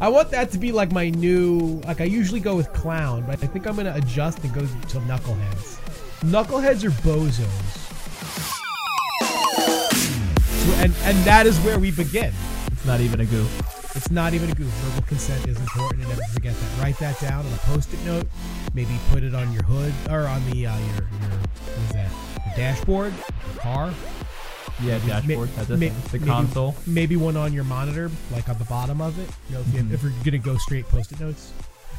I want that to be like my new. Like I usually go with clown, but I think I'm gonna adjust and go to knuckleheads. Knuckleheads are bozos. And and that is where we begin. It's not even a goof. It's not even a goof. Verbal consent is important, and never forget that. Write that down on a post-it note. Maybe put it on your hood or on the uh, your your what is that? Your dashboard, your car, Yeah, Ma- dashboard. That's a ma- thing. The maybe- console. Maybe one on your monitor, like on the bottom of it. You know, if, you, Mm-hmm. if you're gonna go straight post-it notes,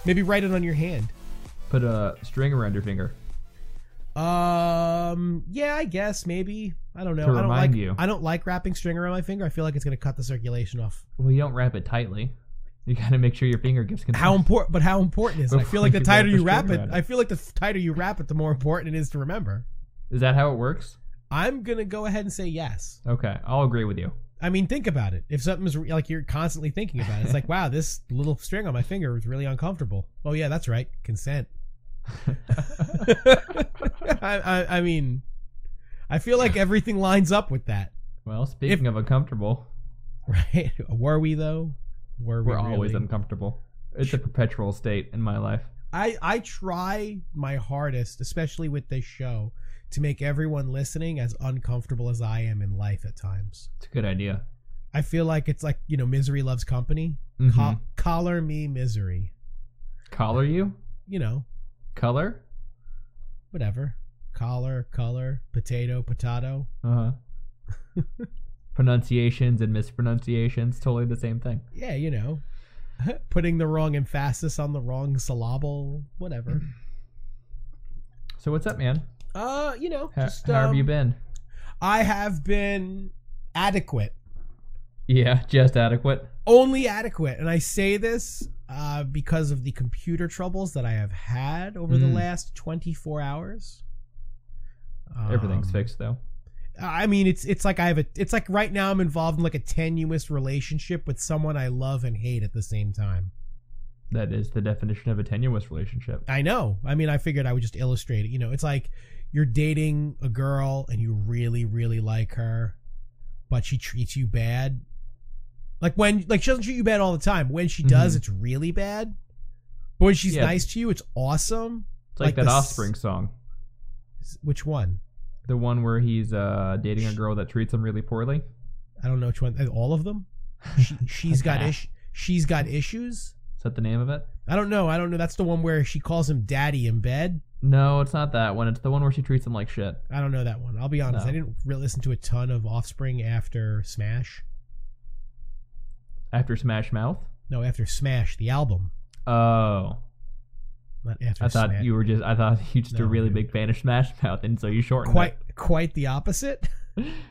maybe write it on your hand. Put a string around your finger. Um, yeah, I guess maybe. I don't know. To I don't remind like you. I don't like wrapping string around my finger. I feel like it's gonna cut the circulation off. Well, you don't wrap it tightly. You gotta make sure your finger gets How consent. important? But how important is it? I feel like the You tighter wrap the you wrap string it, around it. I feel like the tighter you wrap it, the more important it is to remember. Is that how it works? I'm gonna go ahead and say yes. Okay, I'll agree with you. I mean, think about it. If something's re- like you're constantly thinking about it, it's like, wow, this little string on my finger is really uncomfortable. Oh yeah, that's right, consent. I, I, I mean, I feel like everything lines up with that, Well, speaking of uncomfortable, right? Were we though? Were we we're always really? uncomfortable. It's a perpetual state in my life. I I try my hardest, especially with this show, to make everyone listening as uncomfortable as I am in life at times. It's a good idea. I feel like it's like you know, misery loves company. Mhm. Col- collar me, misery. Collar you? You know, Color? whatever. Collar, color, potato, potato. Uh huh. Pronunciations and mispronunciations, totally the same thing. Yeah, you know, putting the wrong emphasis on the wrong syllable, whatever. So what's up, man? Uh, you know, How, just, how have you um, been? I have been adequate, Yeah, just adequate. only adequate, and I say this uh, because of the computer troubles that I have had over the Mm. last twenty four hours. Everything's Um, fixed though. I mean, it's it's like I have a it's like right now I'm involved in like a tenuous relationship with someone I love and hate at the same time. That is the definition of a tenuous relationship. I know. I mean, I figured I would just illustrate it. You know, it's like you're dating a girl and you really, really like her, but she treats you bad. Like when, like she doesn't treat you bad all the time. When she does, Mhm. it's really bad. But when she's Yeah. nice to you, it's awesome. It's like, like that the s- offspring song. Which one? The one where he's uh, dating a girl that treats him really poorly. I don't know which one. All of them. She, she's got Okay. ish. She's got issues. Is that the name of it? I don't know. I don't know. That's the one where she calls him daddy in bed. No, it's not that one. It's the one where she treats him like shit. I don't know that one. I'll be honest. No. I didn't really listen to a ton of Offspring after Smash. After Smash Mouth? No, after Smash, the album. Oh. Not after I thought Smash. you were just I thought you just a No, really dude. big fan of Smash Mouth and so you shortened quite it. quite the opposite.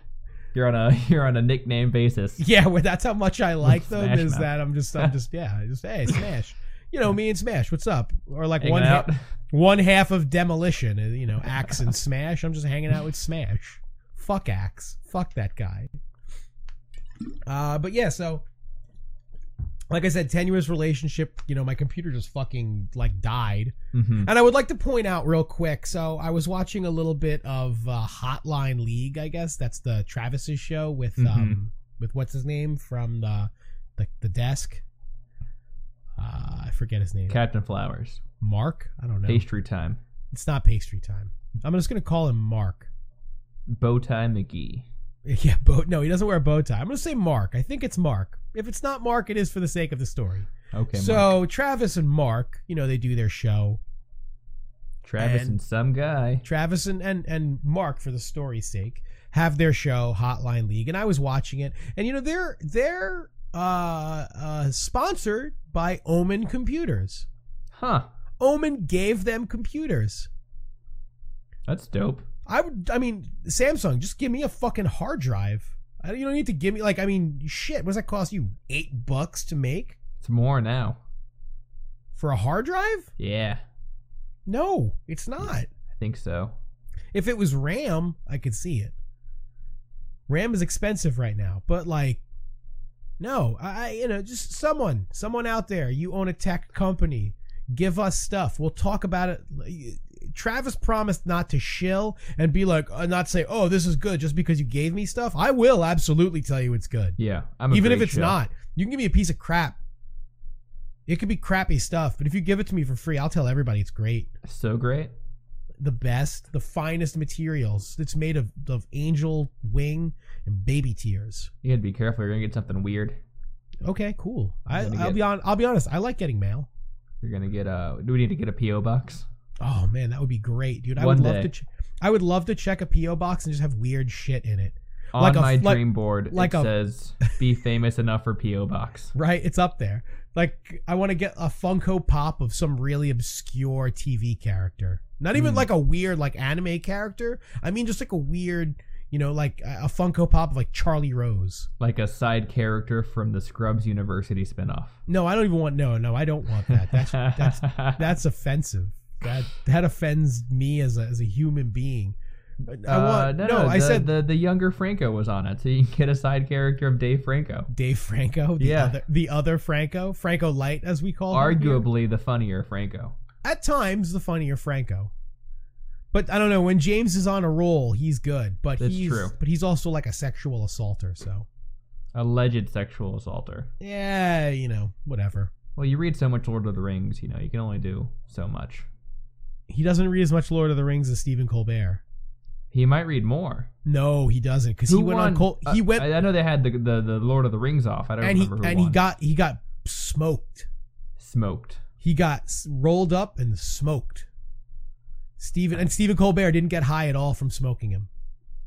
You're on a you're on a nickname basis. yeah, well, that's how much I like them. Smash is Mouth. that I'm just I'm just yeah, I just hey Smash. You know me and Smash. What's up? Or like Hanging one ha- out. one half of demolition. uh, You know, Axe and Smash. I'm just hanging out with Smash. Fuck Axe. Fuck that guy. Uh, but yeah, so like I said, tenuous relationship. You know, my computer just fucking like died. hmm And I would like to point out real quick. So I was watching a little bit of uh, Hotline League. I guess that's the Travis's show with Mm-hmm. um with what's his name from the the, the desk. Uh, I forget his name. Captain Flowers. Mark. I don't know. Pastry time. It's not pastry time. I'm just gonna call him Mark. Bowtie McGee. Yeah, bow. No, he doesn't wear a bow tie. I'm gonna say Mark. I think it's Mark. If it's not Mark, it is for the sake of the story. Okay, so Mark. Travis and Mark, you know, they do their show. Travis and- and, some guy. Travis and, and and Mark for the story's sake have their show Hotline League and I was watching it and you know they're they're uh uh sponsored by Omen Computers. Huh. Omen gave them computers. That's dope. I would I mean Samsung just give me a fucking hard drive. I, you don't need to give me like I mean shit what's that cost you 8 bucks to make It's more now. for a hard drive? Yeah, No, it's not. I think so. If it was RAM, I could see it. RAM is expensive right now, but like, no, I I- you know just someone, someone out there. You own a tech company, give us stuff. We'll talk about it. Travis promised not to shill and be like, uh, not say, oh, this is good just because you gave me stuff. I will absolutely tell you it's good, Yeah, I'm a even if great it's show. not. You can give me a piece of crap. It could be crappy stuff, but if you give it to me for free, I'll tell everybody it's great. So great. The best, the finest materials. It's made of, of angel wing and baby tears. You gotta be careful. You're gonna get something weird. Okay, cool. I, You're gonna I'll get- be on. I'll be honest. I like getting mail. You're gonna get a. Do we need to get a PO box? Oh man, that would be great, dude. I One would love day. to. Ch- I would love to check a PO box and just have weird shit in it. On Like a- my like- dream board, like it a- says, "Be famous enough for PO box." Right? It's up there. Like I want to get a Funko Pop of some really obscure TV character. Not even Hmm. like a weird like anime character. I mean just like a weird, you know, like a a Funko Pop of like Charlie Rose. Like a side character from the Scrubs University spinoff. No, I don't even want. No, no, I don't want that. That's that's that's offensive. That that offends me as a as a human being. I want Uh, no, I the, said the the younger Franco was on it, so you can get a side character of Dave Franco, Dave Franco, the Yeah. other, the other Franco, Franco Light, as we call him. here. arguably the funnier Franco. at times the funnier Franco. But I don't know when James is on a roll, he's good. But That's he's true. but he's also like a sexual assaulter. So alleged sexual assaulter. yeah, you know, whatever. Well, you read so much Lord of the Rings, you know, you can only do so much. He doesn't read as much Lord of the Rings as Stephen Colbert. He might read more. No, he doesn't because he Who went on won? Col- he Uh, went I, I know they had the, the the Lord of the Rings off. I don't and he remember who and won. he got he got smoked. smoked. He got s- rolled up and smoked. Stephen and Stephen Colbert didn't get high at all from smoking him.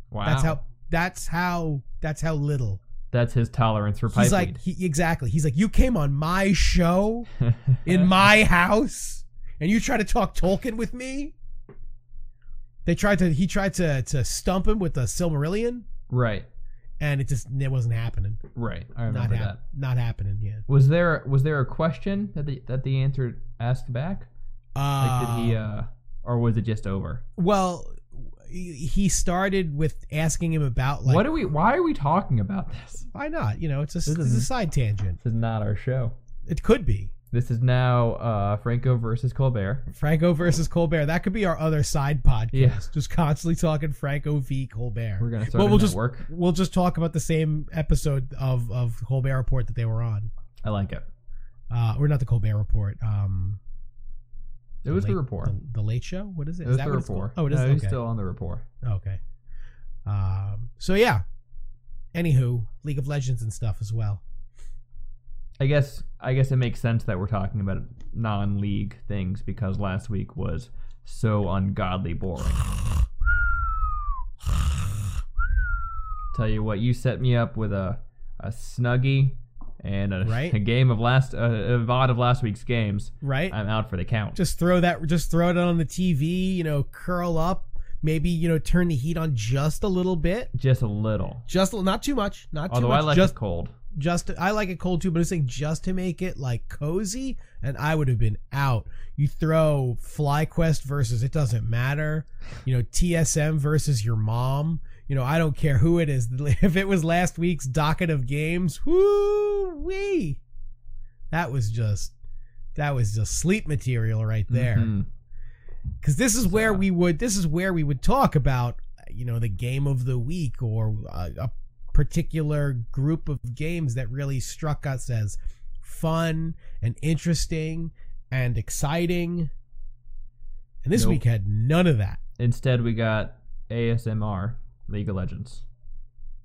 Wow. That's how that's how that's how little That's his tolerance for pipe He's like, he, exactly. He's like, you came on my show Uh-huh. in my house, and you try to talk Tolkien with me. They tried to. He tried to to stump him with the Silmarillion, right, and it just it wasn't happening. right. I Not remember that. hap- Not happening. Yeah. Was there was there a question that the that the answer asked back? Like, Uh, did he uh, or was it just over? well, he he started with asking him about like what do we? Why are we talking about this? why not? You know, it's a, This it's a is- side tangent. This is not our show. It could be This is now uh, Franco versus Colbert. Franco versus Colbert. That could be our other side podcast. Yeah. Just constantly talking Franco v Colbert. We're gonna start Well, a we'll just- network. we'll just talk about the same episode of of Colbert Report that they were on, I like it. uh, or not the Colbert Report. Um, It was late- the rapport. the, the Late Show. What is it? It Is was that the what it's rapport. called? Oh, it is. No, he's okay. still on the rapport. okay. Um. So yeah. Anywho, League of Legends and stuff as well. I guess I guess it makes sense that we're talking about non-league things because last week was so ungodly boring. Tell you what, you set me up with a a snuggie and a, Right. a game of last uh, a VOD of last week's games. Right. I'm out for the count. just throw that. Just throw it on the TV. You know, curl up. Maybe you know, turn the heat on just a little bit. Just a little. Just a- not too much. Not too Although much. I like just it cold. just I like it cold too, but I'm saying just to make it like cozy, and I would have been out. You throw FlyQuest versus it doesn't matter, you know TSM versus your mom. You know I don't care who it is. If it was last week's docket of games, woo wee, that was just that was just sleep material right there Mhm. because this is where So- we would this is where we would talk about you know the game of the week or a, a particular group of games that really struck us as fun and interesting and exciting and this Nope. week had none of that Instead, we got ASMR League of Legends.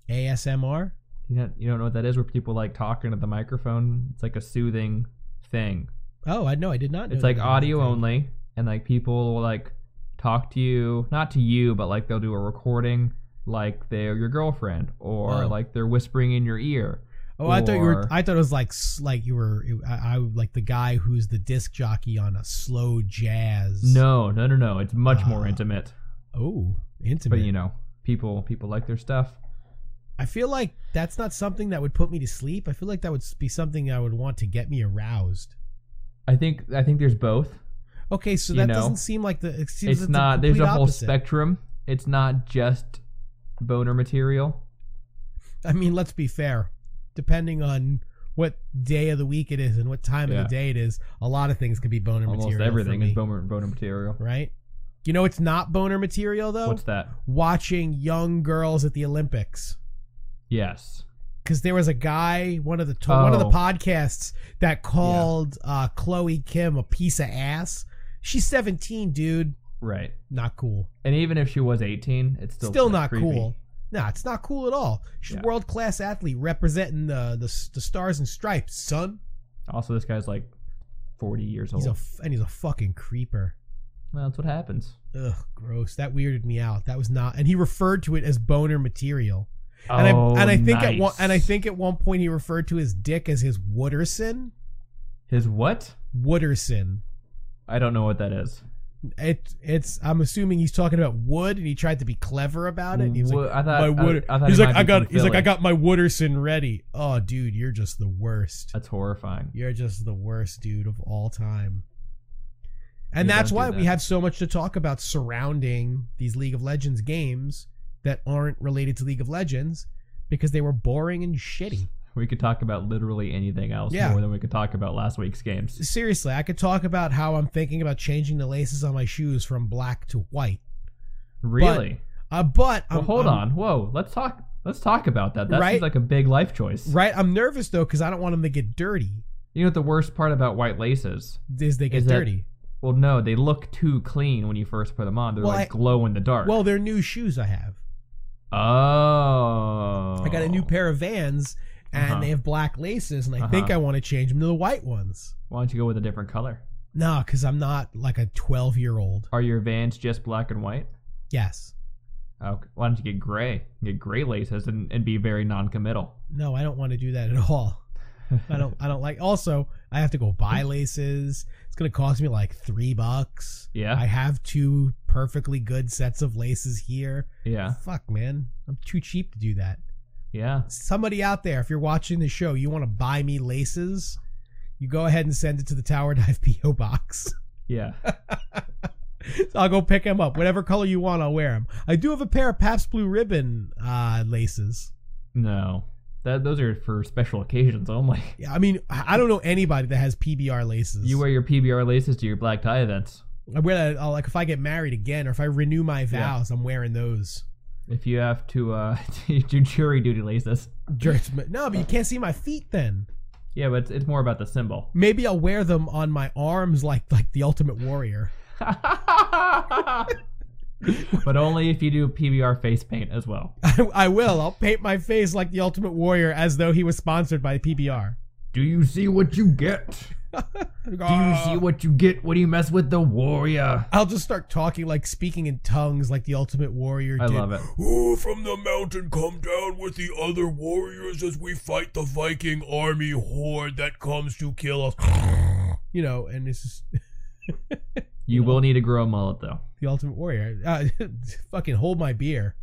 asmr You don't, you don't know what that is? Where people like talking to the microphone. It's like a soothing thing. oh i know i did not know It's that like about audio that. only, and like people will like talk to you, not to you, but like they'll do a recording, like they're your girlfriend, or Oh. like they're whispering in your ear. oh i thought you were or- i thought it was like s- like you were i, I like the guy who's the disc jockey on a slow jazz No, no, no, no. It's much more Ah, intimate. oh intimate But you know, people people like their stuff. I feel like that's not something that would put me to sleep. I feel like that would be something I would want to get me aroused. I think I think there's both. Okay, so You that know, doesn't seem like the. It seems that's It's, the not. There's complete a whole opposite. spectrum. It's not just boner material. I mean, let's be fair. Depending on what day of the week it is and what time of Yeah. the day it is, a lot of things could be boner Almost material. for everything me, is boner boner material. right? You know, it's not boner material though. What's that? Watching young girls at the Olympics. Yes. because there was a guy one of the to- one of the Oh. podcasts that called uh, Chloe Kim a piece of ass. She's 17, dude. Right. Not cool. And even if she was 18, it's still Still, like, not creepy. cool. Nah, it's not cool at all. She's Yeah. world class athlete representing the, the the stars and stripes, son. Also, this guy's like 40 years old. He's a f- and he's a fucking creeper. well, that's what happens. Ugh, gross. That weirded me out. That was not. And he referred to it as boner material. And Oh, I and I think at nice. one and I think at one point he referred to his dick as his Wooderson. his what? Wooderson. I don't know what that is. It it's. I'm assuming he's talking about wood, and he tried to be clever about it. and he was Wo- like, I thought- my I- wood. I thought he's he like, might I be got. from He's like, I Philly. got my Wooderson ready. Oh, dude, you're just the worst. That's horrifying. You're just the worst dude of all time. And Yeah, that's don't do why we that. have so much to talk about surrounding these League of Legends games that aren't related to League of Legends because they were boring and shitty. We could talk about literally anything else Yeah. more than we could talk about last week's games. Seriously, I could talk about how I'm thinking about changing the laces on my shoes from black to white. Really? Uh, but well, I'm, hold I'm- on. Whoa. Let's talk. Let's talk about that. That Right? seems like a big life choice. Right, I'm nervous though because I don't want them to get dirty. You know what the worst part about white laces? Is they get Is that- dirty? Well, no, they look too clean when you first put them on. They're Well, like I- glow in the dark. Well, they're new shoes I have. oh, I got a new pair of Vans, and Uh-huh. they have black laces, and I think Uh-huh. I want to change them to the white ones. Why don't you go with a different color? Nah, because I'm not like a 12 year old. Are your Vans just black and white? Yes. Oh, why don't you get gray? Get gray laces and, and be very non-committal. No, I don't want to do that at all. I don't. I don't like. Also, I have to go buy laces. It's gonna cost me like three bucks. yeah, I have two perfectly good sets of laces here. yeah, Fuck, man, I'm too cheap to do that. yeah. Somebody out there, if you're watching the show, you want to buy me laces, you go ahead and send it to the Tower Dive PO box. Yeah. So I'll go pick them up. Whatever color you want, I'll wear them. I do have a pair of Pabst Blue Ribbon uh, laces. No. That, those are for special occasions only. Yeah, I mean, I I don't know anybody that has PBR laces. You wear your PBR laces to your black tie events. I wear that. uh, like if I get married again, or if I renew my vows, I'm wearing those. If you have to uh, do jury duty laces. Jerks- but- No, but you can't see my feet then. Yeah, but it's, it's more about the symbol. Maybe I'll wear them on my arms, like like the Ultimate Warrior. but only if you do PBR face paint as well. I, I will. I'll paint my face like the Ultimate Warrior, as though he was sponsored by PBR. Do you see what you get? Do you see what you get when you mess with the warrior? Ah. I'll just start talking like speaking in tongues, like the Ultimate Warrior. I did. love it. Who from the mountain come down with the other warriors as we fight the Viking army horde that comes to kill us? You know, and it's just You will need to grow a mullet though. the Ultimate Warrior. Uh, fucking hold my beer.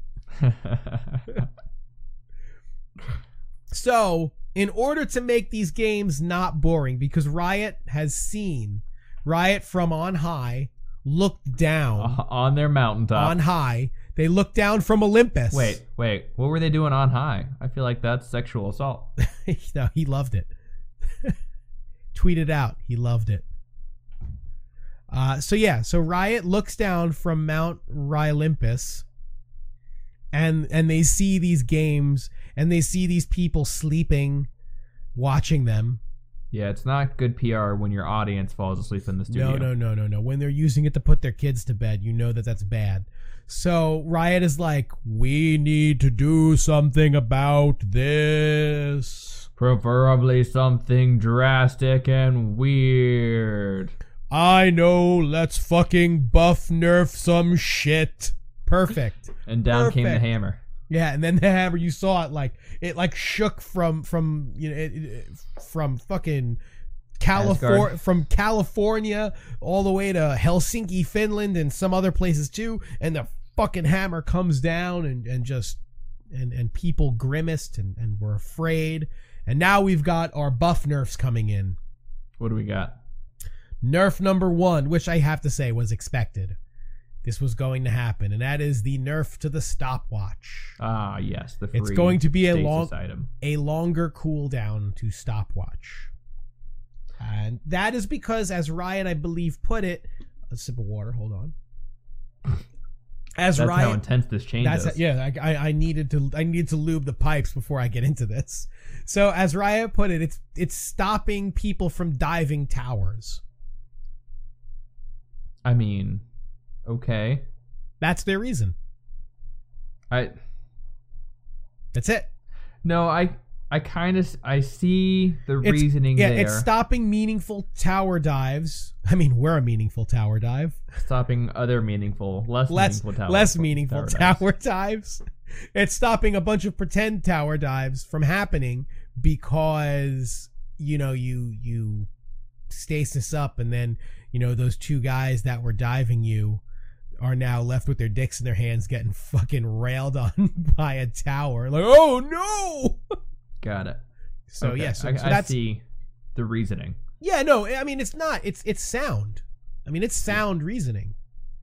So, in order to make these games not boring, because Riot has seen Riot from on high looked down on their mountaintop. on high. They looked down from Olympus. Wait, wait. What were they doing on high? I feel like that's sexual assault. no, he loved it. Tweeted out, he loved it. Uh, so yeah, so Riot looks down from Mount Rylimpus, and and they see these games, and they see these people sleeping, watching them. Yeah, it's not good PR when your audience falls asleep in the studio. No, no, no, no, no. When they're using it to put their kids to bed, you know that that's bad. So Riot is like, we need to do something about this. Preferably something drastic and weird. I know, let's fucking buff nerf some shit. Perfect. And down came the Perfect. hammer. Yeah, and then the hammer you saw it like it like shook from from you know it, it, from fucking California Asgard. from California all the way to Helsinki, Finland, and some other places too. And the fucking hammer comes down and and just and and people grimaced and and were afraid. And now we've got our buff nerfs coming in. What do we got? Nerf number one, which I have to say was expected. This was going to happen, and that is the nerf to the stopwatch. Ah, yes, the free It's going to be a stasis long- item. a longer cooldown to stopwatch. And that is because, as Ryan, I believe, put it, a sip of water, hold on. As That's how Riot, intense this change that's is. yeah. I, I I needed to I needed to lube the pipes before I get into this. So as Riot put it, it's it's stopping people from diving towers. I mean, okay. That's their reason. I That's it. no, I I kind of I see the It's- reasoning Yeah, there. it's stopping meaningful tower dives. I mean, we're a meaningful tower dive. stopping other meaningful, less, Less meaningful tower less meaningful dives. tower dives. It's stopping a bunch of pretend tower dives from happening because you know you you stasis up and then you know those two guys that were diving you are now left with their dicks in their hands getting fucking railed on by a tower like oh no Got it. so Okay, yeah so, I, so I that's see the reasoning. yeah no i mean it's not it's it's sound i mean it's sound reasoning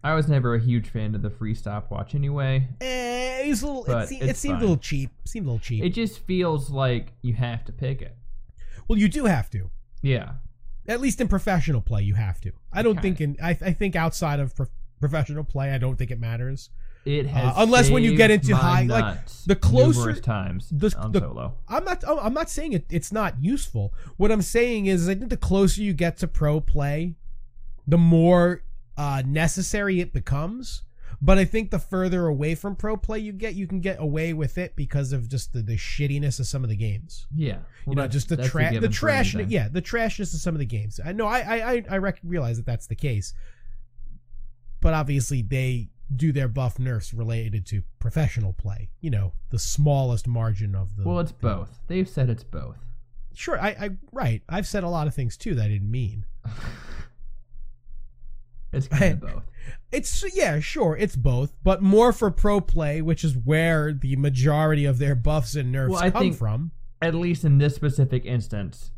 I was never a huge fan of the free stopwatch anyway. Eh, it was a little. It, But se- it it's seemed a fine. little cheap. Seemed a little cheap. It just feels like you have to pick it. well, you do have to. Yeah. At least in professional play, you have to. I don't Kinda. think in. I, I think outside of pro- professional play, I don't think it matters. It has Uh, unless when you get saved into my high- like, nuts the closer- numerous times the- on the- solo. I'm not. oh, I'm not saying it, it's not useful. What I'm saying is, I think the closer you get to pro play, the more uh, necessary it becomes. But I think the further away from pro play you get, you can get away with it because of just the, the shittiness of some of the games. Yeah. Well, you know, that's- just the that's a trash, the given for trash, anything. yeah, the trashness of some of the games. I know, I, I, I- I rec- realize that that's the case, but obviously they do their buff nerfs related to professional play. You know, the smallest margin of the. Well, it's both. They've said it's both. sure. I, I, right. I've said a lot of things too that I didn't mean. It's kind of both. It's yeah, sure, it's both, but more for pro play, which is where the majority of their buffs and nerfs Well, I come think- from. At least in this specific instance,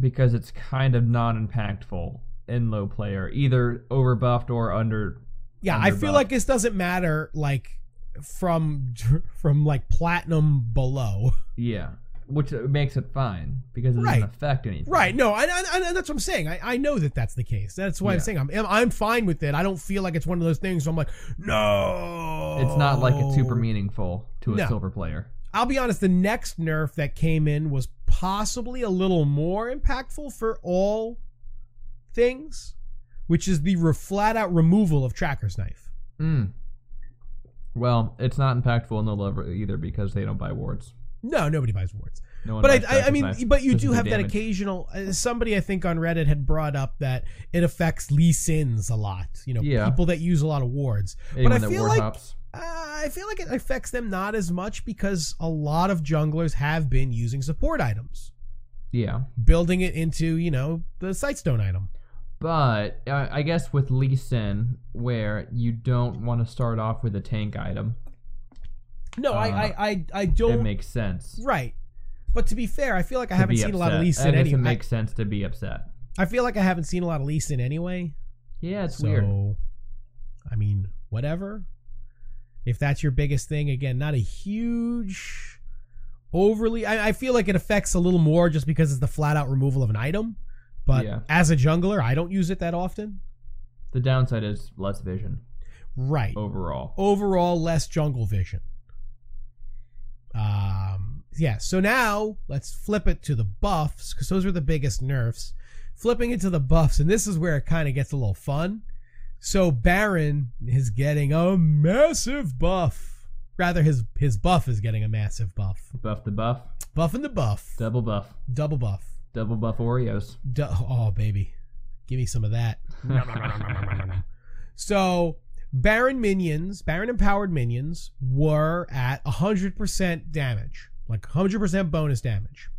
because it's kind of non-impactful in low player, either overbuffed or under. yeah i under feel buff. like this doesn't matter like from from like platinum below Yeah, which makes it fine because it Right. doesn't affect anything. right no I, I, I- that's what i'm saying I, I know that that's the case that's why i'm Yeah. saying I'm, I'm fine with it i don't feel like it's one of those things where i'm like no It's not like it's super meaningful to a No. silver player. i'll be honest the next nerf that came in was possibly a little more impactful for all things which is the re- flat out removal of tracker's knife Mm. Well, it's not impactful in the lever either because they don't buy wards. no nobody buys wards No one. But buys I, I, I Dragon's mean, Knife. but you This do is have that damage. occasional. Uh, somebody I think on Reddit had brought up that it affects Lee Sins a lot. You know, Yeah. people that use a lot of wards. Anyone I that feel ward like- hops. Uh, I feel like it affects them not as much because a lot of junglers have been using support items, Yeah, building it into you know the sightstone item. But uh, I guess with Lee Sin, where you don't want to start off with a tank item, No, I, Uh, I, I, I it don't. makes sense. right. But to be fair, I feel like I to haven't be seen a lot of upset. Lee Sin I guess it anyway. makes sense to be upset. I, I feel like I haven't seen a lot of Lee Sin anyway. Yeah, it's so, weird. I mean, whatever. If that's your biggest thing, again, not a huge, overly. I, I feel like it affects a little more just because it's the flat out removal of an item. But Yeah. as a jungler, I don't use it that often. The downside is less vision Right. overall. Overall, less jungle vision. Um. Yeah. So now let's flip it to the buffs because those were the biggest nerfs. Flipping it to the buffs, and this is where it kind of gets a little fun. So Baron is getting a massive buff. Rather, his his buff is getting a massive buff. Buff the buff, Buff and the buff. double buff, Double buff. double buff Oreos. Du- oh baby, give me some of that. So Baron minions, Baron empowered minions were at 100% damage, like 100% bonus damage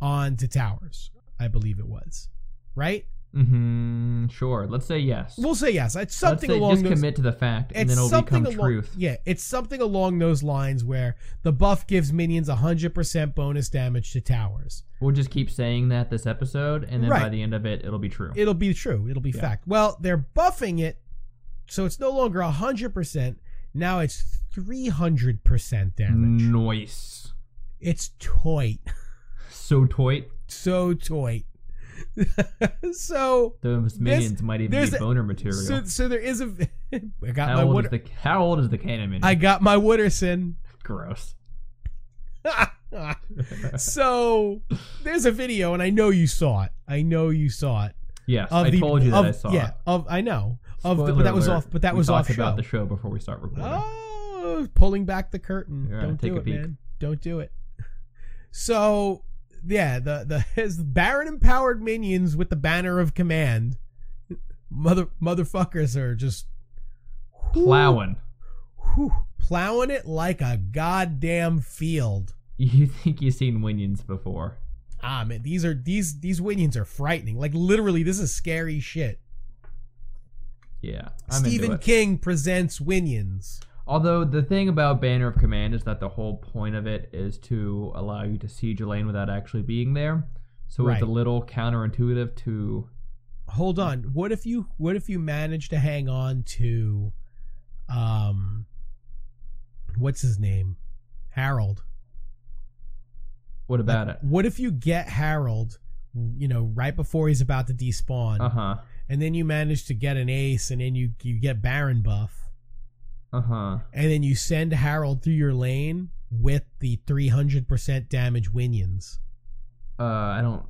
on to towers, I believe it was. Right? mm-hmm. Sure. Let's say yes. We'll say yes. It's something Let's say along just those commit to the fact, it's and then it'll something become along, truth. Yeah, it's something along those lines where the buff gives minions 100% bonus damage to towers. We'll just keep saying that this episode, and then by Right. the end of it, it'll be true. It'll be true. It'll be Yeah. fact. Well, they're buffing it, so it's no longer 100%. Now it's 300% damage. Mm, Noise. It's toit. So toit. So toit. so Those minions might even there's be a- boner material. so so there is a. I got my how, old Wood. is the, how old is the cannon minion? I got my Wooderson. Gross. so there's a video, and I know you saw it. I know you saw it. Yes, Of I the, told you that of, I saw yeah, it. of I know. Of the, but Spoiler that was alert, off. But that we was off talked show. about the show before we start recording. Oh, pulling back the curtain. Yeah, Don't take do a it, peek. man. Don't do it. So yeah, the the his Baron empowered minions with the banner of command. Mother motherfuckers are just whew, Plowing. whew, plowing it like a goddamn field. You think you've seen Winions before? Ah man, these are these these minions are frightening. Like literally, this is scary shit. Yeah, I'm into Stephen it. King presents Winions. Although the thing about Banner of Command is that the whole point of it is to allow you to siege your lane without actually being there. So Right. it's a little counterintuitive to hold on what if you what if you manage to hang on to um what's his name harold what about it? what if you get harold you know right before he's about to despawn Uh huh. and then you manage to get an ace and then you you get baron buff Uh huh. and then you send harold through your lane with the 300% damage winions Uh, I don't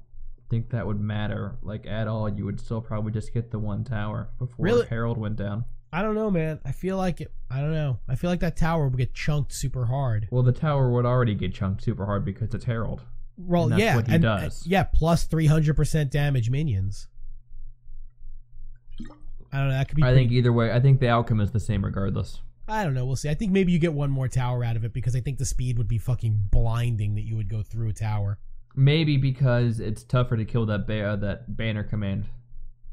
think that would matter like at all. You would still probably just get the one tower before Really? Harold went down. i don't know man i feel like it i don't know i feel like that tower would get chunked super hard Well, the tower would already get chunked super hard because it's Harold. Well, And that's yeah, what he and- does. and- yeah, plus three hundred percent damage minions. I don't know. That could be. I pretty- think either way, I think the outcome is the same regardless. I don't know. We'll see. I think maybe you get one more tower out of it because I think the speed would be fucking blinding that you would go through a tower. Maybe because it's tougher to kill that bear, that banner command.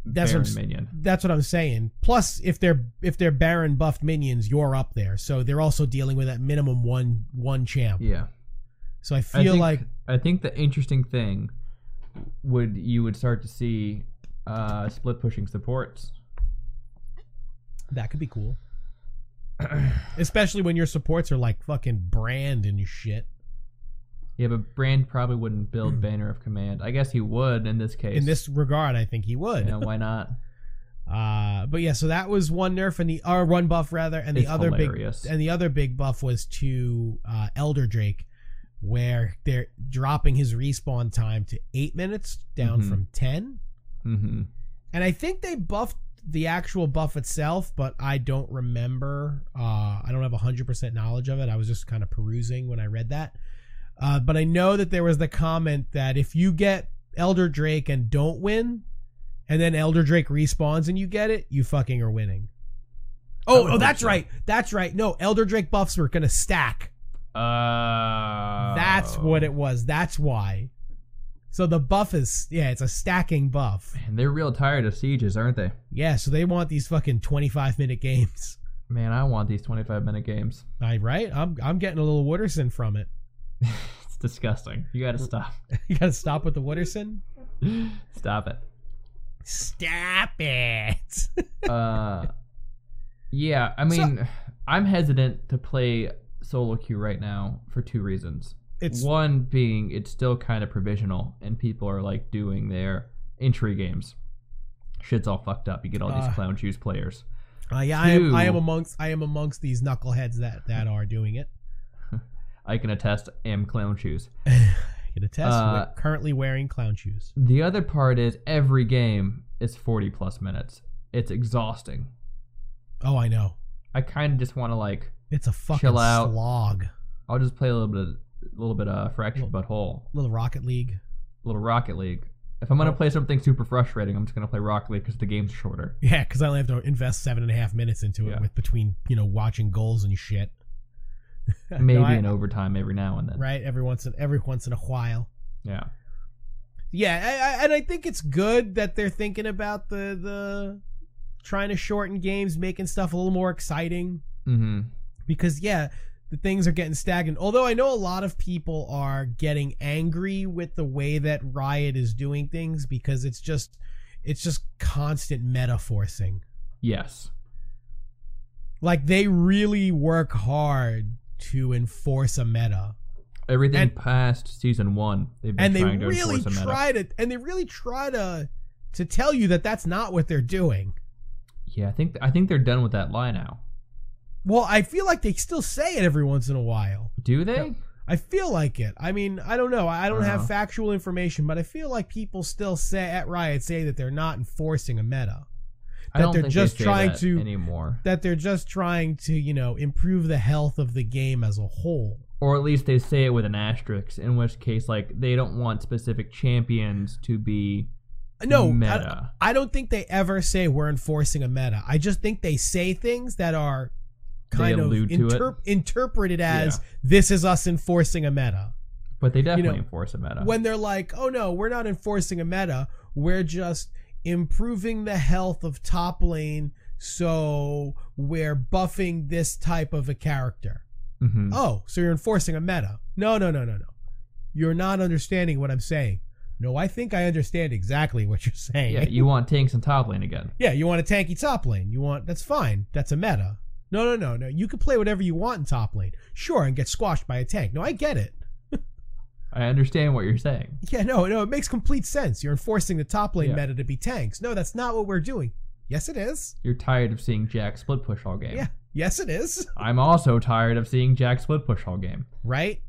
That's what Baron I'm s- minion. That's what I'm saying. Plus, if they're if they're Baron buffed minions, you're up there, so they're also dealing with at minimum one one champ. Yeah. So I feel think, like I think the interesting thing would you would start to see uh, split pushing supports. that could be cool, especially when your supports are like fucking brand and shit. Yeah, but Brand probably wouldn't build Banner of Command. I guess he would in this case. Hmm. In this regard, I think he would. you know, why not? Uh, but yeah, so that was one nerf and the or one buff rather, and the It's other hilarious. big and the other big buff was to uh, Elder Drake, where they're dropping his respawn time to eight minutes down Mhm. from ten, Mm-hmm. and I think they buffed the actual buff itself, but I don't remember. Uh, I don't have hundred percent knowledge of it. I was just kind of perusing when I read that, uh, but I know that there was the comment that if you get Elder Drake and don't win, and then Elder Drake respawns and you get it, you fucking are winning. I would Oh, oh, hope that's so. right. That's right. No, Elder Drake buffs were gonna stack. Uh, That's what it was. That's why. So the buff is yeah, it's a stacking buff. And they're real tired of sieges, aren't they? Yeah, so they want these fucking twenty-five minute games. Man, I want these twenty-five minute games. I right? I'm I'm getting a little Wooderson from it. It's disgusting. You got to stop. You gotta stop with the Wooderson. stop it. Stop it. uh, yeah, I mean, I'm hesitant to play solo queue right now for two reasons. It's One being it's still kind of provisional, and people are like doing their entry games. Shit's all fucked up. You get all these Uh, clown shoes players. uh, yeah, I am I am Two. amongst I am amongst these knuckleheads that that are doing it. I can attest, am clown shoes. I can attest. Uh, we're currently wearing clown shoes. The other part is every game is 40 plus minutes. It's exhausting. Oh, I know. I kind of just want to like, It's a fucking Chill out. slog. I'll just play a little bit, of, a little bit of fractured butthole. Little Rocket League. little Rocket League. If I'm gonna Oh. play something super frustrating, I'm just gonna play Rocket League because the game's shorter. Yeah, because I only have to invest seven and a half minutes into it Yeah. with between you know watching goals and shit. No, Maybe I- in overtime every now and then. right every once in every once in a while. Yeah. Yeah, I, I, and I think it's good that they're thinking about the the trying to shorten games, making stuff a little more exciting. Mm-hmm. because yeah the things are getting stagnant although i know a lot of people are getting angry with the way that riot is doing things because it's just it's just constant meta forcing Yes. like they really work hard to enforce a meta Everything And- past season one, they've been and they trying to really enforce a meta. try to and they really try to to tell you that that's not what they're doing. Yeah, I think I think they're done with that lie now. Well, I feel like they still say it every once in a while. Do they? I feel like it. I mean, I don't know. I I don't Uh-huh. have factual information, but I feel like people still say at Riot say that they're not enforcing a meta. I That don't they're think just they say trying that to- anymore, That they're just trying to, you know, improve the health of the game as a whole. or at least they say it with an asterisk. In which case, like they don't want specific champions to be No, I, meta. I don't think they ever say we're enforcing a meta. I just think they say things that are kind of allude to it. interp- interpreted as this is us enforcing a meta. But they definitely know, enforce a meta. When they're like, "Oh no, we're not enforcing a meta. We're just improving the health of top lane, so we're buffing this type of a character." Mhm. Oh, so you're enforcing a meta. No, no, no, no, no. You're not understanding what I'm saying. No, I think I understand exactly what you're saying. yeah, you want tanks and top lane again. Yeah, you want a tanky top lane. You want that's fine. That's a meta. No, no, no, no. You can play whatever you want in top lane. Sure, and get squashed by a tank. No, I get it. I understand what you're saying. Yeah, no, no, it makes complete sense. You're enforcing the top lane Yeah. meta to be tanks. No, that's not what we're doing. Yes, it is. You're tired of seeing Jack split push all game. Yeah. Yes, it is. I'm also tired of seeing Jack split push all game. Right?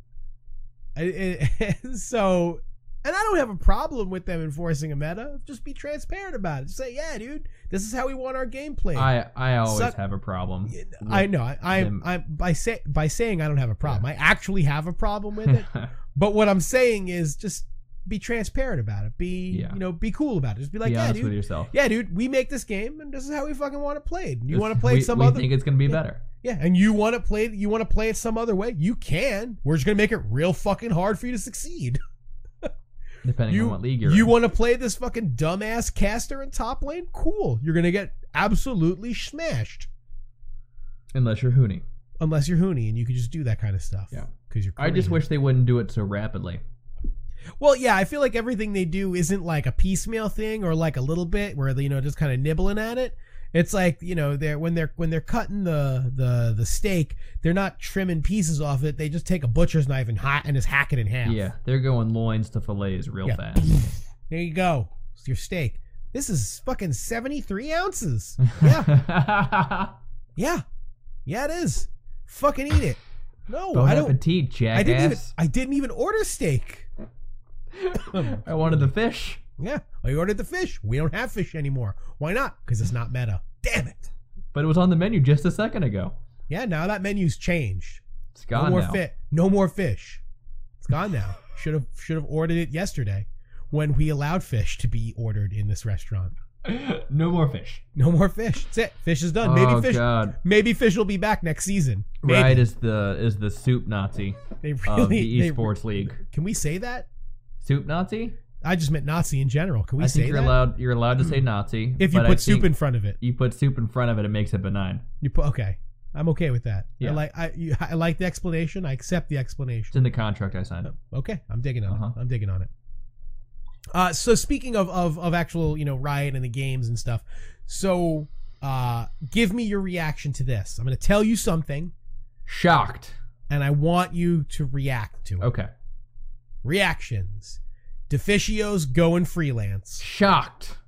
I- I- so, and I don't have a problem with them enforcing a meta. Just be transparent about it. Just say, yeah, dude, this is how we want our game played. I I always Suck- have a problem. Yeah, I know. I, I'm, them- I'm by say by saying I don't have a problem. I actually have a problem with it. but what I'm saying is just be transparent about it. Be Yeah. you know, be cool about it. Just be like, be yeah, honest with dude. yourself. Yeah, dude, we make this game and this is how we fucking want it played. You If want to play we, it some we other think it's gonna be Yeah. better. Yeah, and you want to play you want to play it some other way? You can. We're just going to make it real fucking hard for you to succeed. Depending you on what league you're you in. want to play this fucking dumbass caster in top lane? Cool. You're going to get absolutely smashed. unless you're Hooney. unless you're Hooney and you can just do that kind of stuff. Yeah. because you're. I just Korean. wish they wouldn't do it so rapidly. Well, yeah, I feel like everything they do isn't like a piecemeal thing or like a little bit where they, you know just kind of nibbling at it. It's like you know they're when they're when they're cutting the the the steak, they're not trimming pieces off it. They just take a butcher's knife and hot and just hack it in half. Yeah, they're going loins to fillets real Yeah. fast. there you go. It's your steak. This is fucking seventy three ounces. Yeah, yeah, yeah. It is. Fucking eat it. No, bon Oh, I don't. appetit, jackass. I didn't even. I didn't even order steak. I wanted the fish. Yeah, I ordered the fish. We don't have fish anymore. Why not? Because it's not meta. Damn it. But it was on the menu just a second ago. Yeah, now that menu's changed. It's gone no more now. fit. No more fish. It's gone now. should have should have ordered it yesterday, when we allowed fish to be ordered in this restaurant. no more fish. No more fish. That's it. Fish is done. Maybe oh fish. god. Maybe fish will be back next season. Maybe. Riot is the is the soup Nazi They of really. the they- esports league. can we say that? Soup Nazi? I just meant Nazi in general. Can we I say think you're that? Hmm. allowed you're allowed to say Nazi. if you but I put soup think in front of it, you put soup in front of it, it makes it benign. you put okay. I'm okay with that. Yeah. I like I, you, I like the explanation. I accept the explanation. It's in the contract I signed. Oh, Okay, I'm digging on Uh-huh. it. I'm digging on it. Uh, so speaking of, of of actual you know riot and the games and stuff, so uh, give me your reaction to this. I'm going to tell you something, Shocked. and I want you to react to it. Okay. Reactions. Deficio's going freelance. Shocked.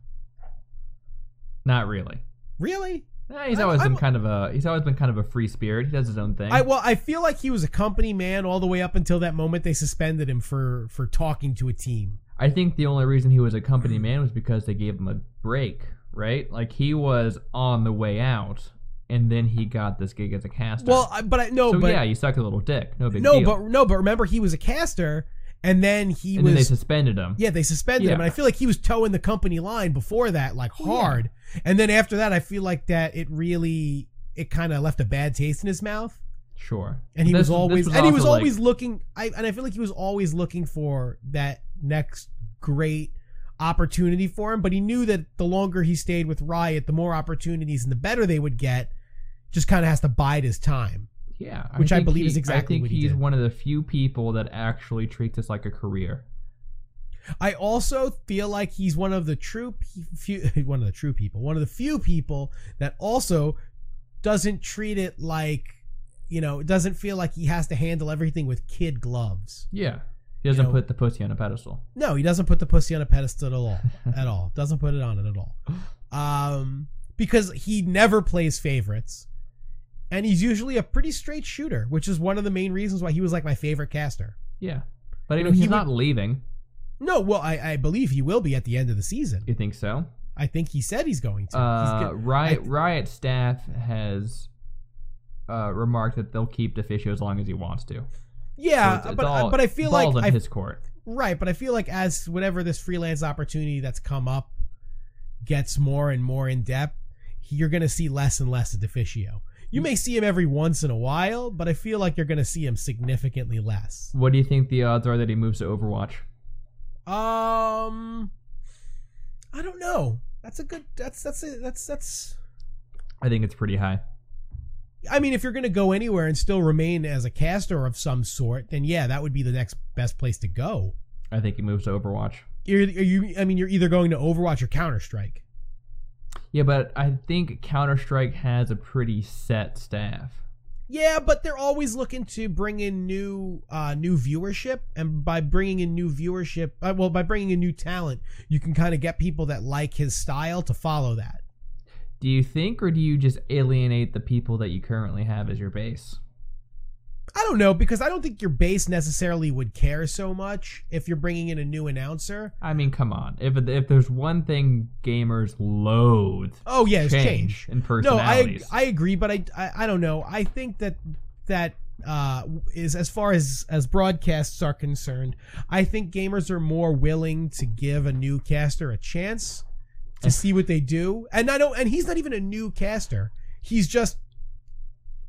Not really. Really? Eh, he's I'm- always been I'm- kind of a he's always been kind of a free spirit. He does his own thing. I well, I feel like he was a company man all the way up until that moment they suspended him for for talking to a team. I think the only reason he was a company man was because they gave him a break, right? Like he was on the way out, and then he got this gig as a caster. Well, I, but I no, so but yeah, you suck a little dick. No big no, deal. but no, but remember he was a caster, and then he and was then they suspended him. Yeah, they suspended him, Yeah. and Oh, I feel like he was towing the company line before that, like yeah. hard. And then after that, I feel like that it really it kind of left a bad taste in his mouth, Sure. and he This- was this always and he was also, like- always looking. I and I feel like he was always looking for that next great opportunity for him, but he knew that the longer he stayed with Riot, the more opportunities and the better they would get. Just kind of has to bide his time. yeah, which I think believe he- is exactly I think what he he's did. one of the few people that actually treats this like a career. I also feel like he's one of the true pe- few, one of the true people, one of the few people that also doesn't treat it like you know, it doesn't feel like he has to handle everything with kid gloves. Yeah. He doesn't know- put the pussy on a pedestal. No, he doesn't put the pussy on a pedestal at all. At all. Doesn't put it on it at all. Um, because he never plays favorites. And he's usually a pretty straight shooter, which is one of the main reasons why he was like my favorite caster. Yeah. But I You mean, know, he he's would- not leaving. No, well, I, I believe he will be at the end of the season. You think so? I think he said he's going to. He's Uh, go- Riot I- Riot staff has uh, remarked that they'll keep DeFiscio as long as he wants to. So yeah, uh, it's- it's but I- all- but I feel it's all like in I his court. Right, but I feel like as whatever this freelance opportunity that's come up gets more and more in depth, you're going to see less and less of Deficio. You may see him every once in a while, but I feel like you're going to see him significantly less. What do you think the odds are that he moves to Overwatch? Um, I don't know. That's a good. That's that's a, that's that's. I think it's pretty high. I mean, if you're going to go anywhere and still remain as a caster of some sort, then yeah, that would be the next best place to go. I think he moves to Overwatch. You're, you, I mean, you're either going to Overwatch or Counter Strike. Yeah, but I think Counter Strike has a pretty set staff. Yeah, but they're always looking to bring in new uh new viewership and by bringing in new viewership, uh, well by bringing in new talent, you can kind of get people that like his style to follow that. Do you think, or do you just alienate the people that you currently have as your base? I don't know because I don't think your base necessarily would care so much if you're bringing in a new announcer. I mean, come on. If if there's one thing gamers loathe, Oh yeah, it's change, change. in No, I personalities. I agree, but I, I I don't know. I think that that uh is as far as as broadcasts are concerned, I think gamers are more willing to give a new caster a chance to see what they do. And I don't and he's not even a new caster. He's just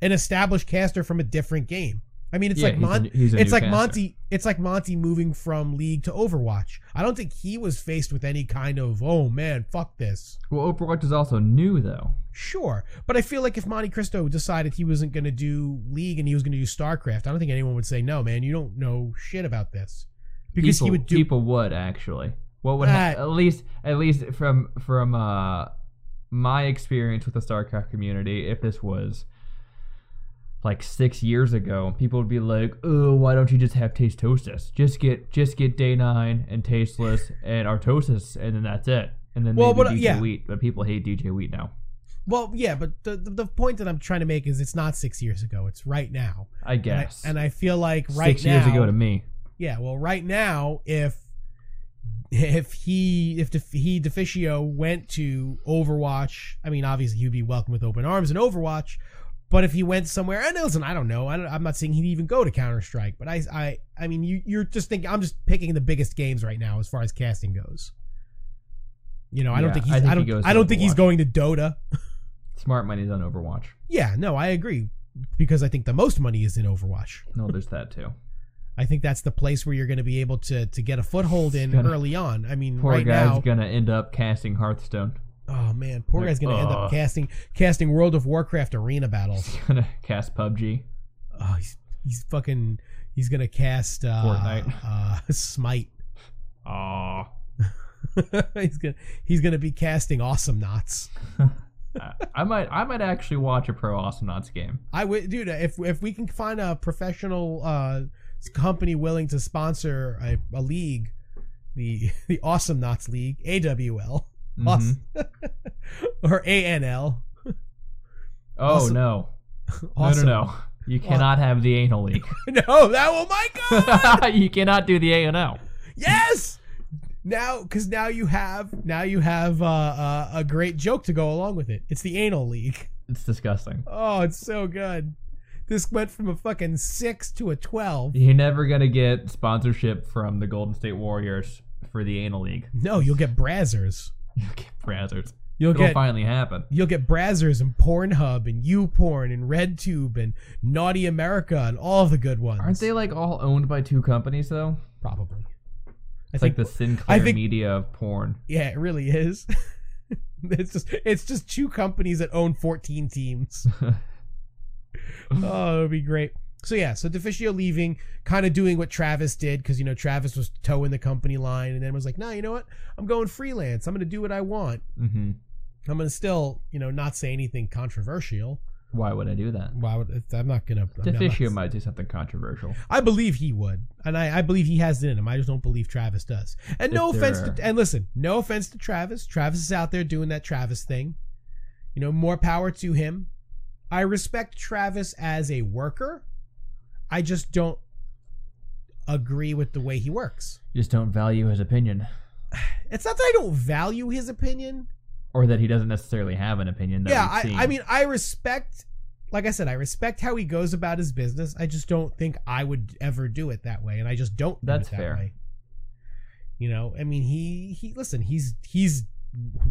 an established caster from a different game. I mean, it's Yeah, like he's a Mon- new- he's a it's new like caster. Monty it's like Monty moving from League to Overwatch. I don't think he was faced with any kind of oh man, fuck this. Well, Overwatch is also new though. Sure, but I feel like if Monte Cristo decided he wasn't going to do League and he was going to do StarCraft, I don't think anyone would say no, man. You don't know shit about this because people, he would do. people would actually. What would hap- Uh, at least at least from from uh, my experience with the StarCraft community, if this was like six years ago, people would be like, "Oh, why don't you just have Tasteostas? Just get just get Day Nine and Tasteless and Artosis, and then that's it." And then Well, maybe but, uh, DJ yeah. Wheat, but people hate DJ Wheat now. Well, yeah, but the, the the point that I'm trying to make is it's not six years ago; it's right now. I And I- guess. and I, feel like right six now, years ago to me. yeah, well, right now, if if he if Def- he Deficio went to Overwatch, I mean, obviously he'd be welcome with open arms in Overwatch. But if he went somewhere, and listen, I don't know. I don't, I'm not saying he'd even go to Counter Strike, but I, I, I mean, you, you're just thinking. I'm just picking the biggest games right now as far as casting goes. You know, I don't Yeah, think he's, I I, think he don't, goes I to don't think he's Overwatch. going to Dota. Smart money's on Overwatch. Yeah, no, I agree because I think the most money is in Overwatch. No, there's that too. I think that's the place where you're going to be able to to get a foothold in Gonna- early on. I mean, Poor right guy's now, gonna end up casting Hearthstone. oh man, poor Like, guy's going to end ugh. up casting casting World of Warcraft arena battles. He's gonna cast PUBG. Oh, he's, he's fucking he's going to cast uh, Fortnite. uh, Smite. Aw. he's gonna he's gonna be casting awesome knots. I, I might I might actually watch a pro astronauts game. I would, dude. If if we can find a professional uh, company willing to sponsor a, a league, the the awesome knots league, AWL, Mhm. awes- or ANL, Oh Awesome. no. awesome No no no. You cannot have the anal leak. No, that will my god. you cannot do the anal. Yes. Now, because now you have now you have uh, uh, a great joke to go along with it. It's the anal league. It's disgusting. Oh, it's so good. This went from a fucking six to a twelve. You're never gonna get sponsorship from the Golden State Warriors for the anal league. No, you'll get Brazzers. You get brazzers. You'll It'll get finally happen. you'll get Brazzers and Pornhub and YouPorn and RedTube and Naughty America and all the good ones. Aren't they like all owned by two companies though? probably? I It's like the Sinclair think- Media of porn. Yeah, it really is. it's just it's just two companies that own 14 teams. oh, it would be great. So yeah, so DeFicio leaving, kind of doing what Travis did because you know Travis was toeing the company line and then was like, "No, you know what? I'm going freelance. I'm going to do what I want. hmm I'm going to still, you know, not say anything controversial." Why would I do that? Why would if- I'm not gonna? I'm not- DeFiccio might do something controversial. I believe he would, and I, I believe he has it in him. I just don't believe Travis does. And no If there offense, to, are- and listen, no offense to Travis. Travis is out there doing that Travis thing. You know, more power to him. I respect Travis as a worker. I just don't agree with the way he works. Just don't value his opinion, It's not that I don't value his opinion. or that he doesn't necessarily have an opinion. That yeah, we've I, seen. I mean, I respect, like I said, I respect how he goes about his business. I just don't think I would ever do it that way, and I just don't. do That's it that fair. Way. You know, I mean, he he listen, he's he's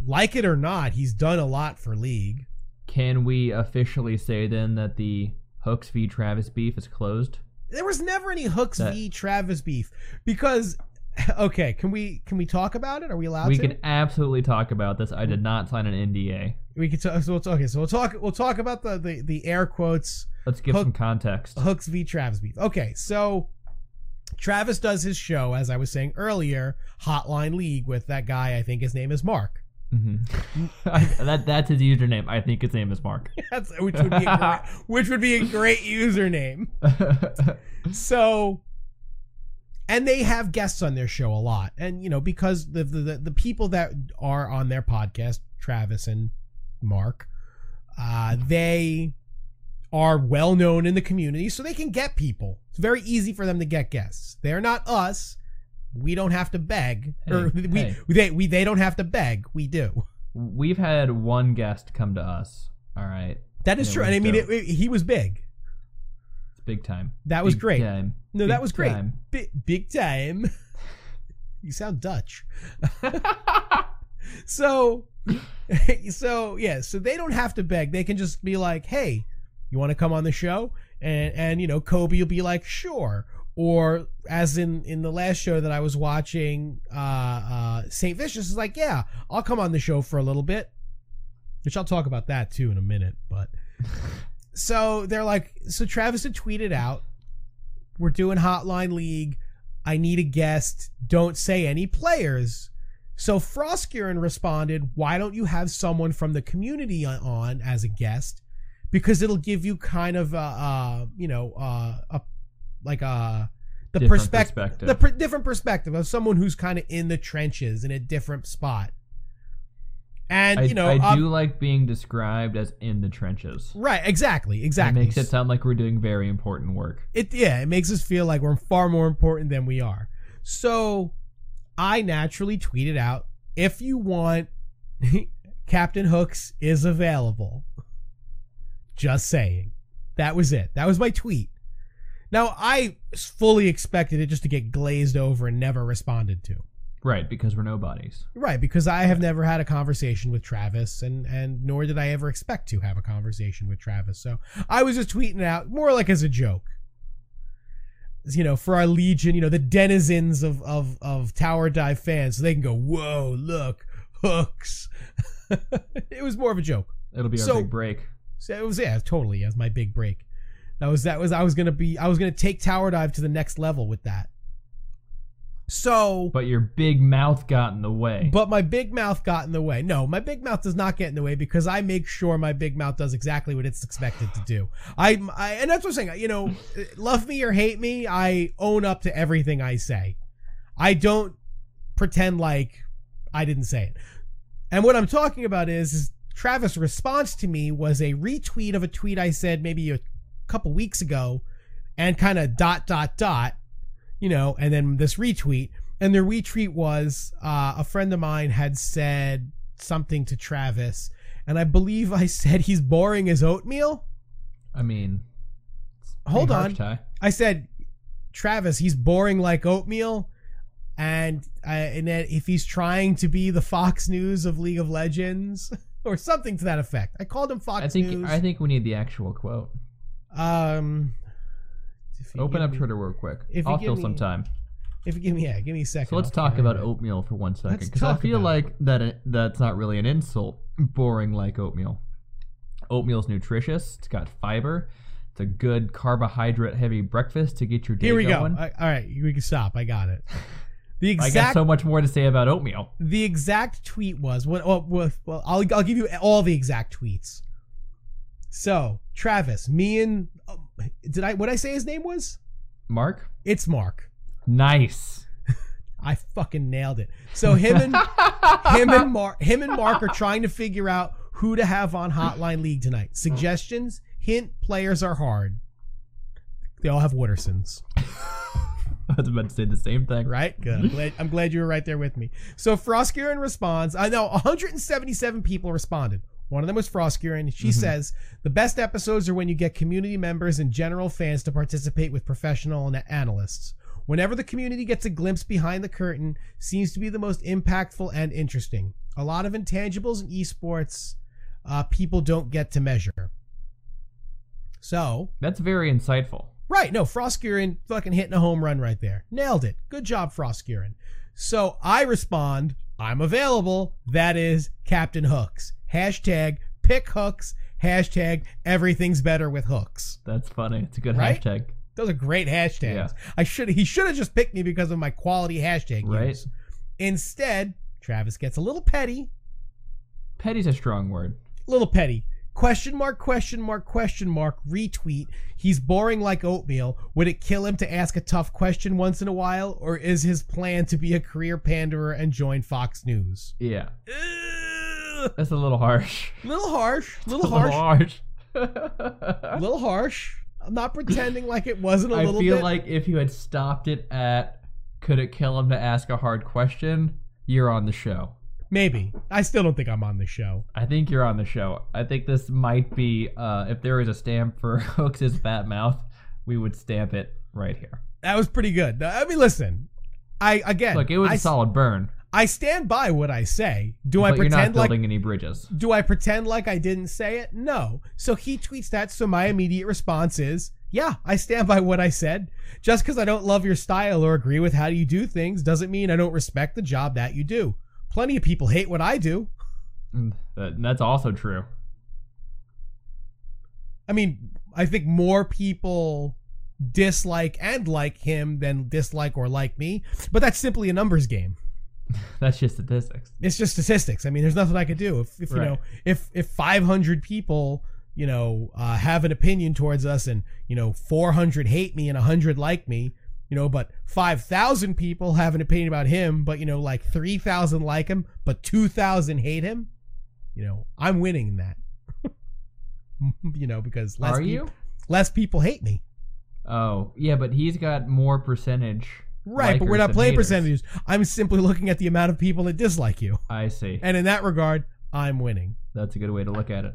like it or not, he's done a lot for league. can we officially say then that the Hooks v Travis beef is closed? There was never any Hooks That- v Travis beef because, okay, can we can we talk about it? Are we allowed we to? can absolutely talk about this. I did not sign an NDA. we can talk. So we'll talk. Okay, so we'll talk. We'll talk about the the, the air quotes. Let's give Hook- some context. Hooks v. Travis beef. Okay, so Travis does his show, as I was saying earlier, Hotline League with that guy. I think his name is Mark. hmm that that's his username. I think his name is Mark. That's which would be a great, which would be a great username. So, and they have guests on their show a lot, and you know because the the the, the people that are on their podcast, Travis and Mark, uh, they are well known in the community, so they can get people. It's very easy for them to get guests. They're not us. We don't have to beg, or Hey, we hey. they we they don't have to beg. We do. We've had one guest come to us. All right, That is Yeah, true, we and I mean do. it, it- he was big. it's big time. That was Big great. time. No, Big that was great. time. Bi- big time. you sound Dutch. So, so yeah, so they don't have to beg. They can just be like, "Hey, you want to come on the show?" And and you know, Kobe will be like, "Sure." Or as in in the last show that I was watching, uh, uh, Saint Vicious is like, "Yeah, I'll come on the show for a little bit," which I'll talk about that too in a minute. But so they're like, so Travis had tweeted out, "We're doing Hotline League. I need a guest. Don't say any players." So Froskuren responded, "Why don't you have someone from the community on, on as a guest? Because it'll give you kind of a, uh you know, uh, a like a the Different perspective, perspective. the per- different perspective of someone who's kind of in the trenches in a different spot." And I, you know, I um, do like being described as in the trenches. right? Exactly, exactly. It makes it sound like we're doing very important work. it yeah, it makes us feel like we're far more important than we are. So I naturally tweeted out if you want Captain Hooks is available. Just saying. That was it. That was my tweet. Now I fully expected it just to get glazed over and never responded to. Right, because we're nobodies. Right, because I have never had a conversation with Travis, and and nor did I ever expect to have a conversation with Travis. So I was just tweeting it out more like as a joke, you know, for our legion, you know, the denizens of of of Tower Dive fans, so they can go, "Whoa, look, hooks." it was more of a joke. It'll be our So- big break. So it was yeah, totally. That was my big break. That was that was I was gonna be I was gonna take Tower Dive to the next level with that. So But your big mouth got in the way. but my big mouth got in the way. No, my big mouth does not get in the way because I make sure my big mouth does exactly what it's expected to do. I, I and that's what I'm saying. You know, love me or hate me, I own up to everything I say. I don't pretend like I didn't say it. And what I'm talking about is, is Travis' response to me was a retweet of a tweet I said maybe a couple weeks ago, and kind of dot dot dot, you know, and then this retweet. And the retweet was uh, a friend of mine had said something to Travis, and I believe I said he's boring as oatmeal. I mean, it's pretty Hold harsh, on. Ty. I said, Travis, he's boring like oatmeal, and I, and that if he's trying to be the Fox News of League of Legends or something to that effect, I called him Fox I think News. I think we need the actual quote. um, if you Open give up me- Twitter real quick. if you I'll give fill me some time. If you give me, yeah, give me a second. So let's I'll talk find about it. oatmeal for one second, Let's because I talk feel about like that it, that's not really an insult. Boring like oatmeal. Oatmeal's nutritious. It's got fiber. It's a good carbohydrate-heavy breakfast to get your day Here we going. go. I, all right, we can stop. I got it. The I exact got so much more to say about oatmeal. the exact tweet was what well, well, well I'll, I'll give you all the exact tweets So Travis, me and um, did I what I say his name was? Mark? It's Mark. Nice. I fucking nailed it. So him and him and Mark him and Mark are trying to figure out who to have on Hotline League tonight. Suggestions? Hint: Players are hard. They all have Watersons, I was about to say the same thing. right? Good. I'm glad, I'm glad you were right there with me. So Frostgaren responds. I know 177 people responded. One of them was Frostgaren. She Mhm. says the best episodes are when you get community members and general fans to participate with professional ana- analysts. Whenever the community gets a glimpse behind the curtain, seems to be the most impactful and interesting. A lot of intangibles in esports uh, people don't get to measure. So That's very insightful. Right. No, Frostguren fucking hitting a home run right there. Nailed it. Good job, Frostguren. So I respond, I'm available. That is Captain Hooks. Hashtag pick hooks. Hashtag everything's better with hooks. That's funny. It's a good Right? hashtag. Those are great hashtags. Yeah. I should he should have just picked me because of my quality hashtag Right. use. Instead, Travis gets a little petty. Petty's a strong word. little petty. Question mark, question mark, question mark, retweet. He's boring like oatmeal. Would it kill him to ask a tough question once in a while, or is his plan to be a career panderer and join Fox News? Yeah. Ugh. That's a little harsh. Little harsh, little A little harsh, harsh. little harsh. I'm not pretending like it wasn't a I little feel bit. like if you had stopped it at could it kill him to ask a hard question, you're on the show. Maybe. I still don't think I'm on the show. I think you're on the show. I think this might be uh, if there is a stamp for Hooks' fat mouth, we would stamp it right here. That was pretty good. I mean, listen. I again, Look, it was I a s- solid burn, I stand by what I say. Do I but you're not pretend like building any bridges. Do I pretend like I didn't say it? No. So he tweets that. So my immediate response is, yeah, I stand by what I said. Just because I don't love your style or agree with how you do things doesn't mean I don't respect the job that you do. Plenty of people hate what I do. Mm, that- that's also true. I mean, I think more people dislike and like him than dislike or like me, but that's simply a numbers game. That's just statistics. it's just statistics. I mean, there's nothing I could do. If, if you Right. know, if if 500 people, you know, uh, have an opinion towards us, and you know, 400 hate me and 100 like me, you know, but 5,000 people have an opinion about him, but you know, like 3,000 like him, but 2,000 hate him, you know, I'm winning in that. you know, because less Are peop- you? less people hate me. Oh, yeah, but he's got more percentage. Right, but likers we're not than playing haters. percentages. I'm simply looking at the amount of people that dislike you, I see. and in that regard, I'm winning. That's a good way to look at it.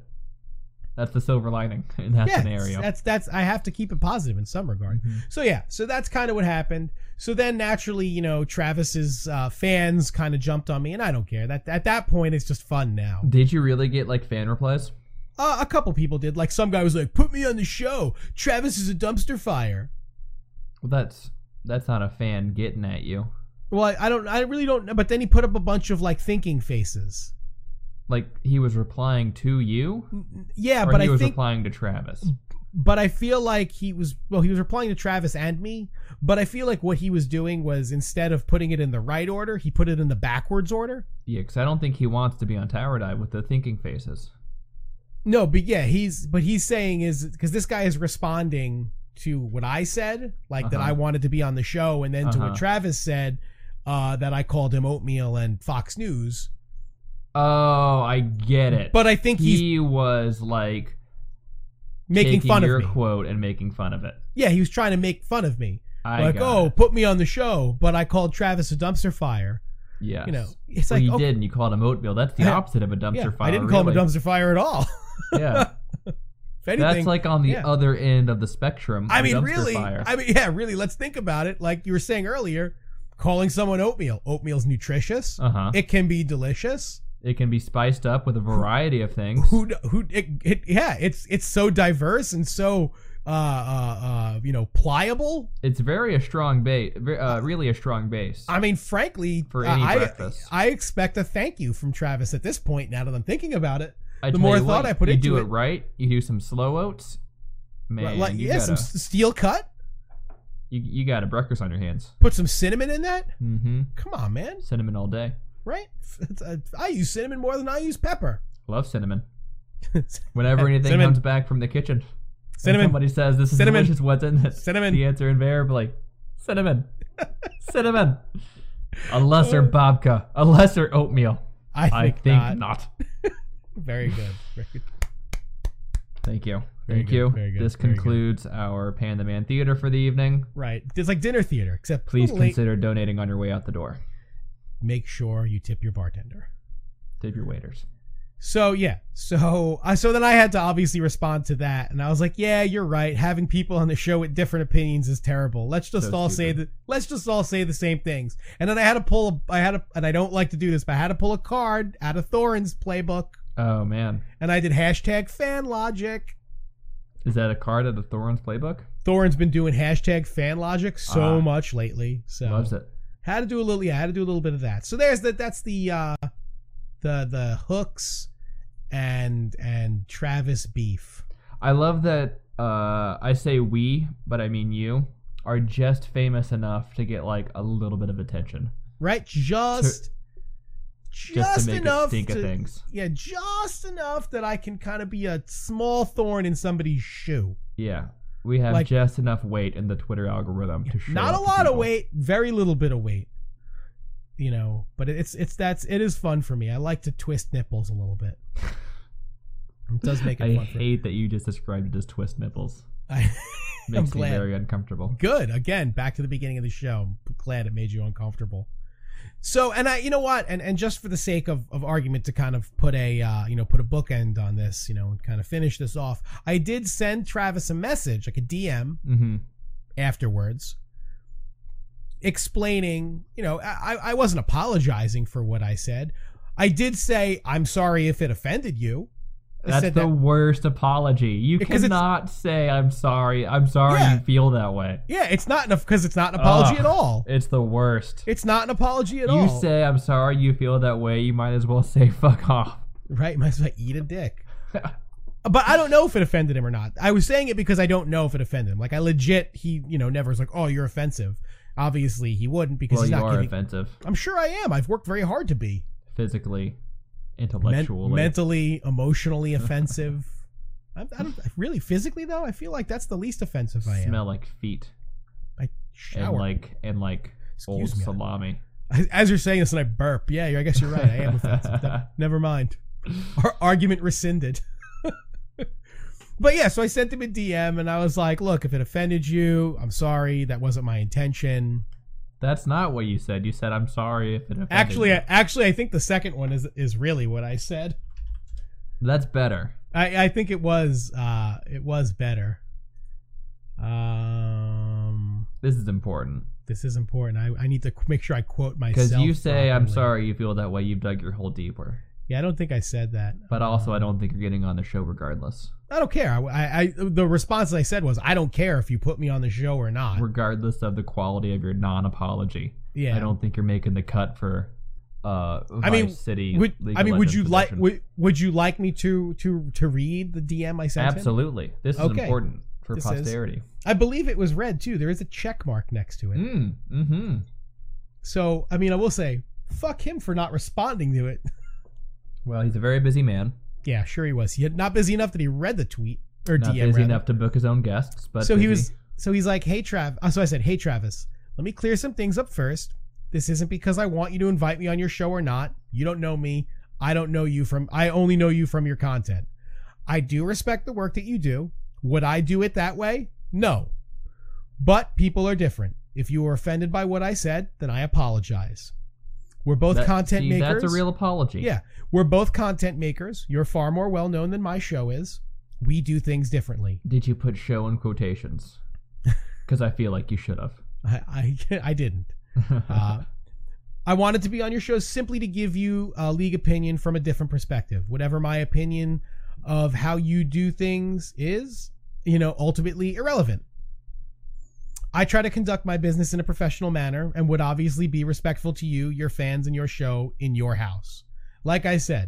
That's the silver lining in that yeah, scenario. That's that's I have to keep it positive in some regard. Mhm. So yeah, so that's kind of what happened. So then naturally, you know, Travis's uh, fans kind of jumped on me, and I don't care. That at that point, it's just fun now. Did you really get like fan replies? Uh, a couple people did. Like some guy was like, "Put me on the show. Travis is a dumpster fire." Well, that's that's not a fan getting at you. Well, I, I don't. I really don't know. But then he put up a bunch of like thinking faces. Like he was replying to you, N- n- Yeah, or but he I was think. replying to Travis. but I feel like he was well, he was replying to Travis and me, but I feel like what he was doing was instead of putting it in the right order, he put it in the backwards order. Yeah, because I don't think he wants to be on Tower Dive with the thinking faces. No, but yeah, he's but he's saying is because this guy is responding to what I said, like that Uh-huh. I wanted to be on the show, and then to Uh-huh. what Travis said, uh, that I called him oatmeal and Fox News. Oh, I get it. But I think he's he was like making taking fun your of me. quote and making fun of it. yeah, he was trying to make fun of me, I like, got oh, it. put me on the show, but I called Travis a dumpster fire. yes. You know, it's well, like you okay, did, and you called him oatmeal. That's the Yeah. opposite of a dumpster yeah, fire. I didn't call him a really. dumpster fire at all. yeah, if anything, that's like on the yeah. other end of the spectrum. I of mean, dumpster really, fire. I mean, yeah, really. Let's think about it. Like you were saying earlier, calling someone oatmeal. Oatmeal's nutritious. uh huh. It, It can be delicious. can be spiced up with a variety of things. Who kn- who? It, it, yeah, it's it's so diverse and so uh, uh uh you know pliable. It's very a strong base, uh, really a strong base. I mean, frankly, For uh, any I breakfast. I expect a thank you from Travis at this point. Now that I'm thinking about it, I the tell more you thought what, I put you into do it- it right. You do some slow oats, man. like you yeah, some got a, s- steel cut. you, you got a breakfast on your hands. Put some cinnamon in that. Mm-hmm. Come on, man. Cinnamon all day. Right? It's, uh, I use cinnamon more than I use pepper. Love cinnamon. Whenever anything Eh, Cinnamon. comes back from the kitchen, and Cinnamon. somebody says this is Cinnamon. delicious. What's in this? Cinnamon. The answer invariably, cinnamon, cinnamon. A lesser babka, a lesser oatmeal. I Uh, think, I think not. not. Very good. Very good. Thank you. Very Thank good, you. very good, This very good. concludes our Pan the Man Theater for the evening. Right. It's like dinner theater, except Please a little late. consider donating on your way out the door. make sure you tip your bartender. Tip your waiters. So yeah, so I so then I had to obviously respond to that, and I was like, "Yeah, you're right. Having people on the show with different opinions is terrible. Let's just So all say the, let's just all say the same things." And then I had to pull a, I had a, and I don't like to do this, but I had to pull a card out of Thorin's playbook, Oh man, and I did hashtag fan logic. is that a card of the Thorns playbook? Thorin's been doing hashtag fan logic so Ah. much lately, so Loves it. had to do a little yeah, had to do a little bit of that. So there's that. That's the uh, the the hooks and and Travis beef. I love that uh, I say we, but I mean you are just famous enough to get like a little bit of attention, right? Just, just, just to make enough it stink to, of things. yeah, just enough that I can kind of be a small thorn in somebody's shoe. Yeah, we have Like- just enough weight in the Twitter algorithm to show. Not a up to lot of people. weight, very little bit of weight. You know, but it's it's that's it is fun for me. I like to twist nipples a little bit. It does make it I fun for me. hate that you just described it as twist nipples. I, Makes I'm me glad. very uncomfortable. good again back to the beginning of the show i'm glad it made you uncomfortable so and i you know what and and just for the sake of, of argument to kind of put a uh, you know put a bookend on this you know and kind of finish this off i did send travis a message like a dm Mm-hmm. afterwards explaining you know i i I wasn't apologizing for what i said i did say i'm sorry if it offended you I That's the said that- worst apology. You Because it's- cannot say I'm sorry. I'm sorry Yeah. you feel that way. yeah it's not enough because it's not an apology Ugh. at all It's the worst. it's not an apology at Ah. you all say I'm sorry you feel that way, you might as well say fuck off. Right? Might as well eat a dick. but I don't know if it offended him or not. I was saying it because I don't know if it offended him. Like I legit, he you know never was like, oh, you're offensive. Obviously, he wouldn't because Well, he's you not are giving. offensive, I'm sure I am. I've worked very hard to be physically, Men- intellectually. mentally, emotionally offensive. I'm, I don't really physically though. I feel like that's the least offensive I am. smell like feet I and shower. like and like Excuse old me. salami. As you're saying this, and I burp. Yeah, I guess you're right. I am offensive. Ne- Never mind. Our argument rescinded. but yeah, so I sent him a DM, and I was like, "Look, if it offended you, I'm sorry. That wasn't my intention. That's not what you said. You said I'm sorry if it offended Actually, you." I, actually, I think the second one is is really what I said. that's better. I I think it was uh it was better. Um, This is important this is important. I I need to qu- make sure I quote myself because you say I'm properly. sorry you feel that way. You've dug your hole deeper, Yeah, I don't think I said that. but also I Um, don't think you're getting on the show regardless. I don't care. I, I, I- the response I said was, I don't care if you put me on the show or not. Regardless of the quality of your non-apology, yeah, I don't think you're making the cut for. Uh, I mean, Vice City. Would, League I of mean, would Legends you like edition. would, would you like me to to to read the DM I sent him? Absolutely, this is Okay. important for This is- posterity. I believe it was red too. There is a check mark next to it. Mm, mm-hmm. So I mean, I will say, fuck him for not responding to it. Well, he's a very busy man. yeah, sure he was. He had not busy enough that he read the tweet or Not DM. rather. busy enough to book his own guests, but so he busy. was so he's like hey trav uh, so i said hey travis let me clear some things up first this isn't because i want you to invite me on your show or not you don't know me i don't know you from i only know you from your content i do respect the work that you do would i do it that way no but people are different if you were offended by what i said then i apologize we're both That- content see, makers That's a real apology. Yeah. we're both content makers you're far more well known than my show is we do things differently Did you put "show" in quotations? Because I feel like you should have. i i, I didn't Uh, I wanted to be on your show simply to give you a league opinion from a different perspective. Whatever my opinion of how you do things is, you know, ultimately irrelevant. I try to conduct my business in a professional manner and would obviously be respectful to you, your fans, and your show in your house. Like I said,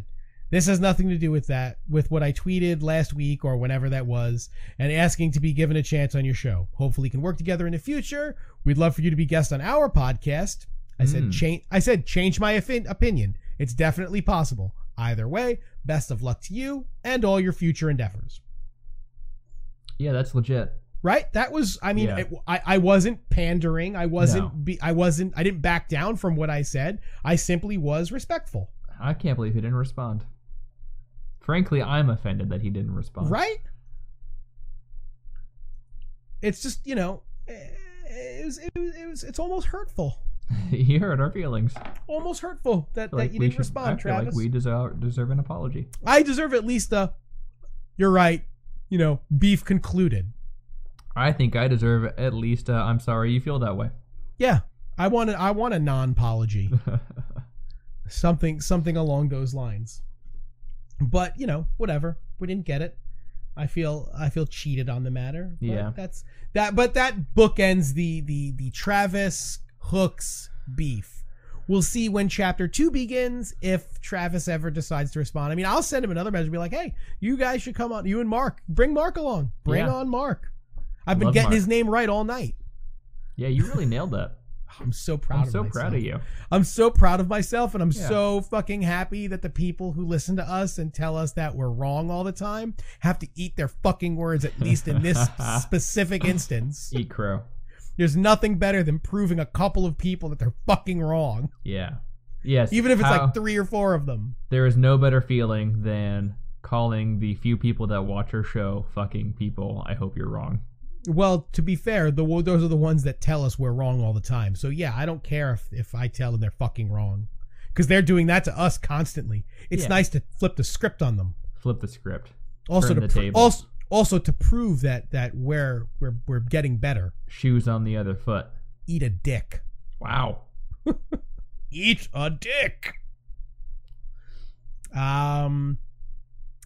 this has nothing to do with that, with what I tweeted last week or whenever that was, and asking to be given a chance on your show. Hopefully, we can work together in the future. We'd love for you to be guest on our podcast. I said Mm. change. I said change my offin- opinion. It's definitely possible. Either way, best of luck to you and all your future endeavors. Yeah, that's legit. Right? That was I mean Yeah. it- I I wasn't pandering. I wasn't No. be, I wasn't I didn't back down from what I said. I simply was respectful. I can't believe he didn't respond. Frankly, I'm offended that he didn't respond. Right? It's just, you know, eh, it was, it was, it was it's almost hurtful. he hurt our feelings. Almost hurtful that, I that feel like you we didn't should- I respond, feel Travis. Like we deserve deserve an apology. I deserve at least a you're right, you know, beef concluded. I think I deserve at least. Uh, I'm sorry you feel that way. Yeah. I want a, I want a non-apology. something something along those lines. But, you know, whatever. We didn't get it. I feel I feel cheated on the matter. but Yeah. That's that but that bookends the the the Travis Hooks beef. We'll see when chapter two begins if Travis ever decides to respond. I mean, I'll send him another message and be like, hey, you guys should come on. You and Mark. Bring Mark along. Bring Yeah. on Mark. I've been Love getting Mark. his name right all night. yeah, you really nailed that. I'm so proud I'm of so proud myself. of you. I'm so proud of myself and I'm Yeah. so fucking happy that the people who listen to us and tell us that we're wrong all the time have to eat their fucking words at least in this specific instance. Eat crow. There's nothing better than proving a couple of people that they're fucking wrong, Yeah. Yes. even if it's how- like 3 or 4 of them. there is no better feeling than calling the few people that watch our show fucking people. I hope you're wrong. Well, to be fair, the those are the ones that tell us we're wrong all the time. So yeah, I don't care if if I tell them they're fucking wrong cuz they're doing that to us constantly. It's Yeah. nice to flip the script on them. Flip the script. also Turn to the pr- tables. also also to prove that that we're we're we're getting better. Shoes on the other foot. Eat a dick. Wow. Eat a dick. Um.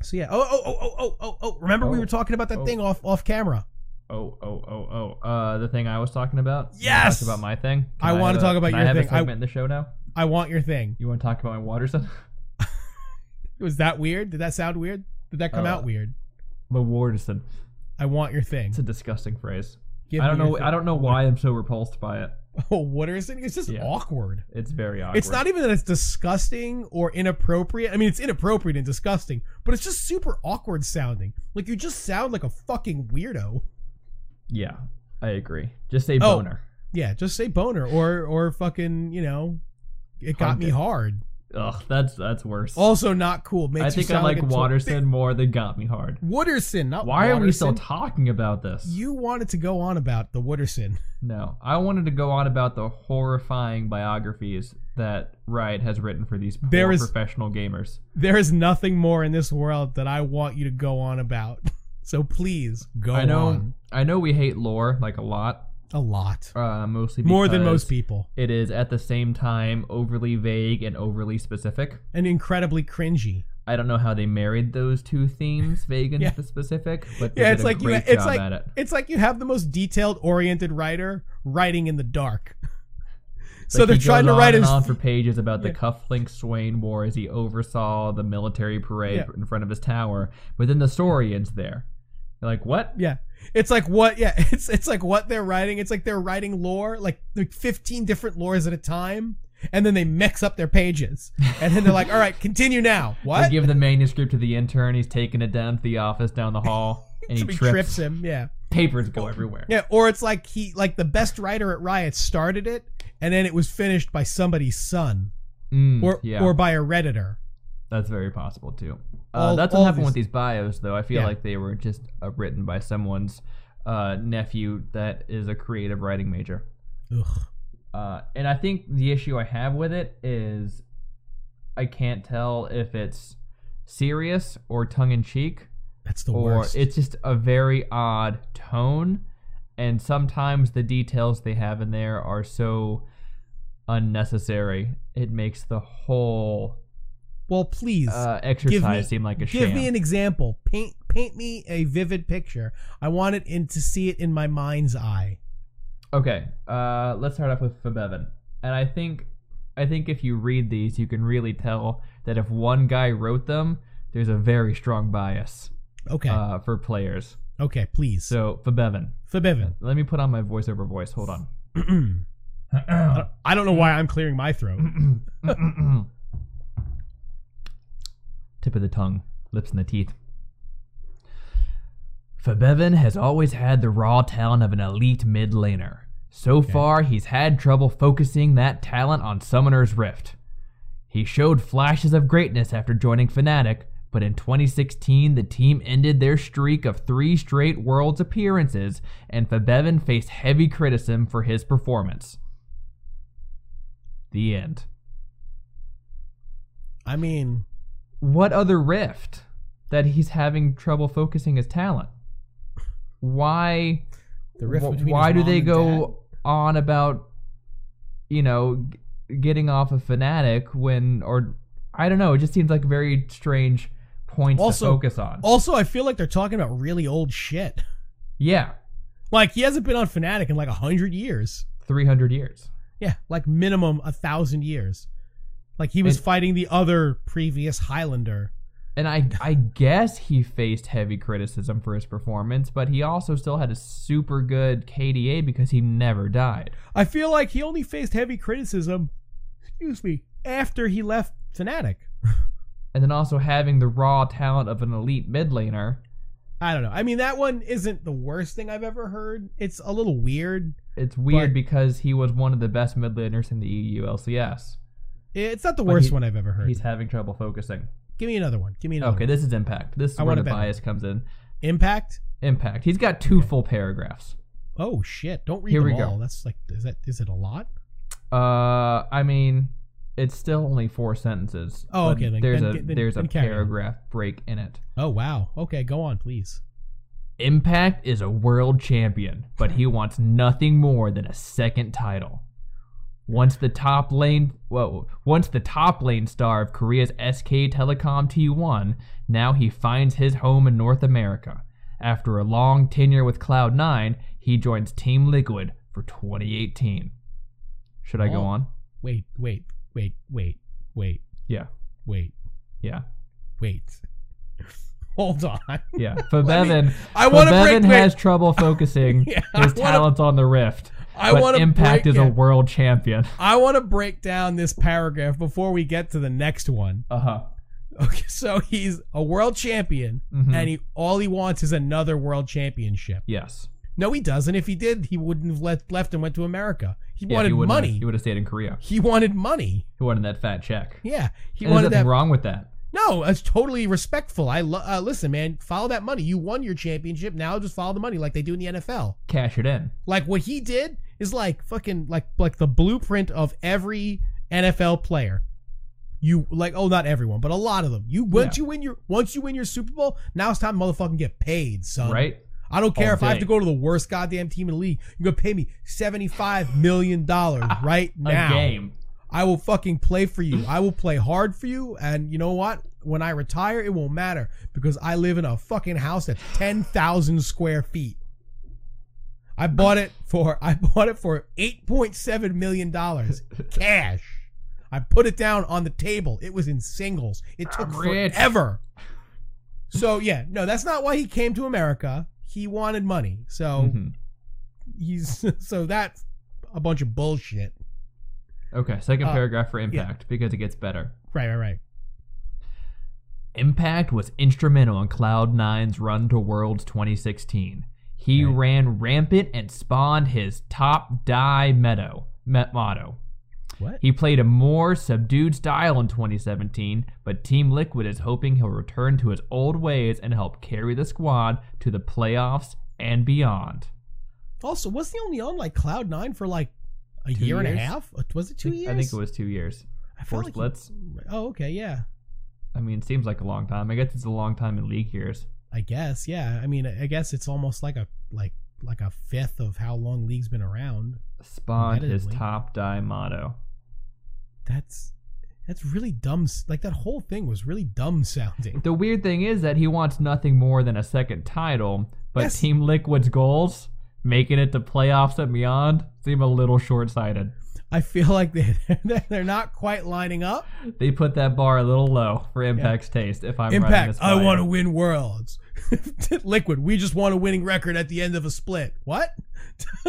So yeah. Oh oh oh oh oh oh oh. Remember we Oh. were talking about that Oh. thing off off camera. Oh oh oh oh. Uh, the thing I was talking about. Yes! That's about my thing. I wanna have a- talk about can your I have thing. A I- segment in the show now. I want your thing. You want to talk about my water stuff? Was that weird? Did that sound weird? Did that come Uh, out weird? The Waterson. I want your thing. It's a disgusting phrase. Give I don't me your know. thing. I don't know why I'm so repulsed by it. Oh, what is it? It's just Yeah. awkward. It's very awkward. It's not e- even that it's disgusting or inappropriate. I mean, it's inappropriate and disgusting, but it's just super awkward sounding. Like you just sound like a fucking weirdo. Yeah, I agree. Just say Oh. boner. Yeah, just say boner or or fucking, you know, it got Hunt me it. hard. Ugh, that's that's worse. Also not cool. Makes I you think I sound like a to- Waterson more than Got Me Hard. Wooderson, not Why are we still Waterson. talking about this? You wanted to go on about the Wooderson. no, I wanted to go on about the horrifying biographies that Riot has written for these poor There is- professional gamers. There is nothing more in this world that I want you to go on about. So please go I know, on I know, we hate lore like a lot, a lot. uh, mostly More than because most people. It is at the same time overly vague and overly specific. And incredibly cringy. I don't know how they married those two themes, vague and Yeah. specific, but they Yeah, did it's a like you. great It's job like at it. it's like you have the most detailed oriented writer writing in the dark. so Like, they're he goes trying to on write and his. on for pages about Yeah. the cufflink Swain War as he oversaw the military parade Yeah. in front of his tower, but then the story ends there. You're like, what? yeah, it's like what? Yeah, it's it's like what they're writing. It's like they're writing lore, like like fifteen different lores at a time, and then they mix up their pages, and then they're like, "All right, continue now." I What? give the manuscript to the intern. He's taking it down to the office down the hall, and he Somebody trips. trips him. Yeah, Papers go everywhere. yeah. Or it's like he like the best writer at Riot started it, and then it was finished by somebody's son Mm, or yeah, or by a redditor. that's very possible too. Uh, All- that's all what happened these- with these bios, though. I feel Yeah. like they were just uh, written by someone's uh, nephew that is a creative writing major. Ugh. Uh, and I think the issue I have with it is I can't tell if it's serious or tongue in cheek, That's the or worst. it's just a very odd tone. And sometimes the details they have in there are so unnecessary, it makes the whole well, please. uh, exercise seem like a give sham. me an example paint paint me a vivid picture i want it in to see it in my mind's eye Okay, uh, let's start off with Fabevin. And I think, I think if you read these, you can really tell that if one guy wrote them, there's a very strong bias okay uh, for players. okay please so, So Fabevin, let me put on my voiceover voice. Hold on. uh, i don't know why i'm clearing my throat tip of the tongue, lips and the teeth. Fabevin has always had the raw talent of an elite mid laner. So far, he's had trouble focusing that talent on Summoner's Rift. He showed flashes of greatness after joining Fnatic, but in 2016, the team ended their streak of three straight Worlds appearances, and Fabevin faced heavy criticism for his performance. The end. I mean, What other rift that he's having trouble focusing his talent? Why? the rift Wh- between why his do mom they and go on about you know g- getting off of fanatic when or i don't know it just seems like very strange points Also- to focus on dad. Also, I feel like they're talking about really old shit. yeah Like he hasn't been on Fnatic in like a hundred years. 300 years Yeah, like minimum a thousand years. Like he was And- fighting the other previous Highlander. and i i guess he faced heavy criticism for his performance but he also still had a super good kda because he never died I feel like he only faced heavy criticism, excuse me, after he left Fnatic. and then also having the raw talent of an elite mid laner I don't know. I mean, that one isn't the worst thing I've ever heard. It's a little weird. it's weird But- because he was one of the best mid laners in the E EU LCS. It's not the But worst he- one I've ever heard. He's having trouble focusing. Give me another one. Give me another Okay, one. this is impact. This is I where wanna the bet. bias comes in. Impact. Impact. He's got two full paragraphs. Oh shit! Don't read Here them we go. all. That's like, is that is it a lot? Uh, I mean, it's still only four sentences. Oh, but okay, then- there's then- a then- there's then a carry on. paragraph break in it. Oh wow. Okay, go on, please. Impact is a world champion, but he wants nothing more than a second title. Once the top lane, whoa, once the top lane star of Korea's SK Telecom T1, now he finds his home in North America. After a long tenure with Cloud9, he joins Team Liquid for 2018. Should I go Oh. on? Wait, wait, wait, wait, wait, Yeah, wait, yeah, wait. Hold on. yeah. For Let me- Bevan, I for want to break. Bevan wait. has trouble focusing Yeah, I his wanna- talents on the rift. I but want to Impact break is it. a world champion. I want to break down this paragraph before we get to the next one. Uh huh. Okay, so he's a world champion, Mm-hmm. Hmm. and he all he wants is another world championship. yes, No, he doesn't. If he did, he wouldn't have left left and went to America. He Yeah, wanted he wouldn't have- money. he would have stayed in Korea. he wanted money. He wanted that fat check. Yeah, he And there's wanted nothing that. wrong with that. No, that's totally respectful. I lo- uh, listen, man. Follow that money. You won your championship. Now just follow the money, like they do in the NFL. Cash it in. Like what he did is like fucking like like the blueprint of every NFL player. You like oh not everyone, but a lot of them. You once you win your once you win your Super Bowl, now it's time to motherfucking get paid, son. Right? I don't care All if I have day. to go to the worst goddamn team in the league. You're gonna pay me seventy five million dollars right now. A game. I will fucking play for you. I will play hard for you. And you know what? When I retire, it won't matter because I live in a fucking house that's 10,000 square feet. I bought it for I bought it for 8.7 million dollars cash. I put it down on the table. It was in singles. It took I'm rich. forever. So yeah, no, that's not why he came to America. He wanted money. So Mhm. he's so that's a bunch of bullshit. Okay, second Uh, paragraph for Impact because it gets better. Right, right, right. Impact was instrumental in Cloud9's run to Worlds 2016. He Right. ran rampant and spawned his top die meadow, met motto. What? He played a more subdued style in 2017, but Team Liquid is hoping he'll return to his old ways and help carry the squad to the playoffs and beyond. Also, wasn't he only on like Cloud Nine for like a Two year and a years? half? Uh, Was it two I think- years? I think it was two years. I Four felt like he- splits. oh, okay, yeah. I mean, it seems like a long time. I guess it's a long time in league years. I guess, yeah. I mean, I guess it's almost like a like like a fifth of how long League's been around. Spawned his Competitively. top die motto. That's that's really dumb. s- Like that whole thing was really dumb sounding. The weird thing is that he wants nothing more than a second title, but Yes. Team Liquid's goals, making it to playoffs and beyond, seem a little short sighted. I feel like they they're not quite lining up. They put that bar a little low for Impact's taste, if I'm running Impact. this I by want to you. win worlds. Liquid. We just want a winning record at the end of a split. What?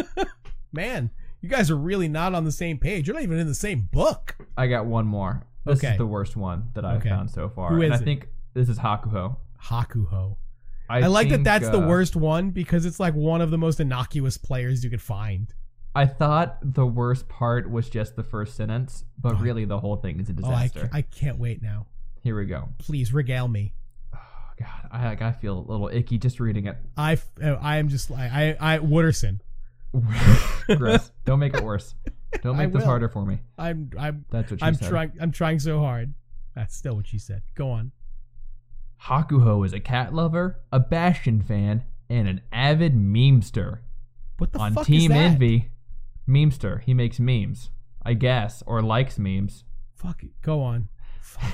Man, you guys are really not on the same page. You're not even in the same book. I got one more. This Okay. is the worst one that I've Okay. found so far. Who is and I it? think This is Hakuho. Hakuho. I, like that think, that's the uh, worst one because it's like one of the most innocuous players you could find. I thought the worst part was just the first sentence, but really the whole thing is a Oh, I, disaster. I can't wait now. Here we go. Please regale me. Oh God, I like I feel a little icky just reading it. I, uh, I am just like I I Wooderson. Gross. Don't make it worse. Don't I make this will. harder for me. I'm I'm That's what she I'm said. trying I'm trying so hard. That's still what she said. Go on. Hakuho is a cat lover, a Bastion fan, and an avid memester. What the On fuck is Team that? Envy, memester. He makes memes, I guess, or likes memes. Fuck it. Go on. Fuck.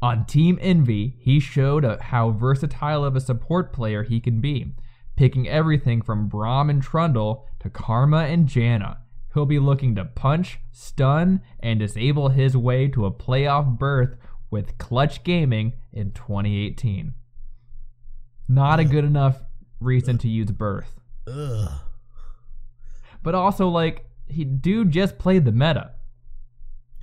On Team Envy, he showed uh, how versatile of a support player he can be, picking everything from Braum and Trundle to Karma and Janna. He'll be looking to punch, stun, and disable his way to a playoff berth with Clutch Gaming in 2018. Not a good enough reason to use berth. Ugh. But also, like, he dude just played the meta.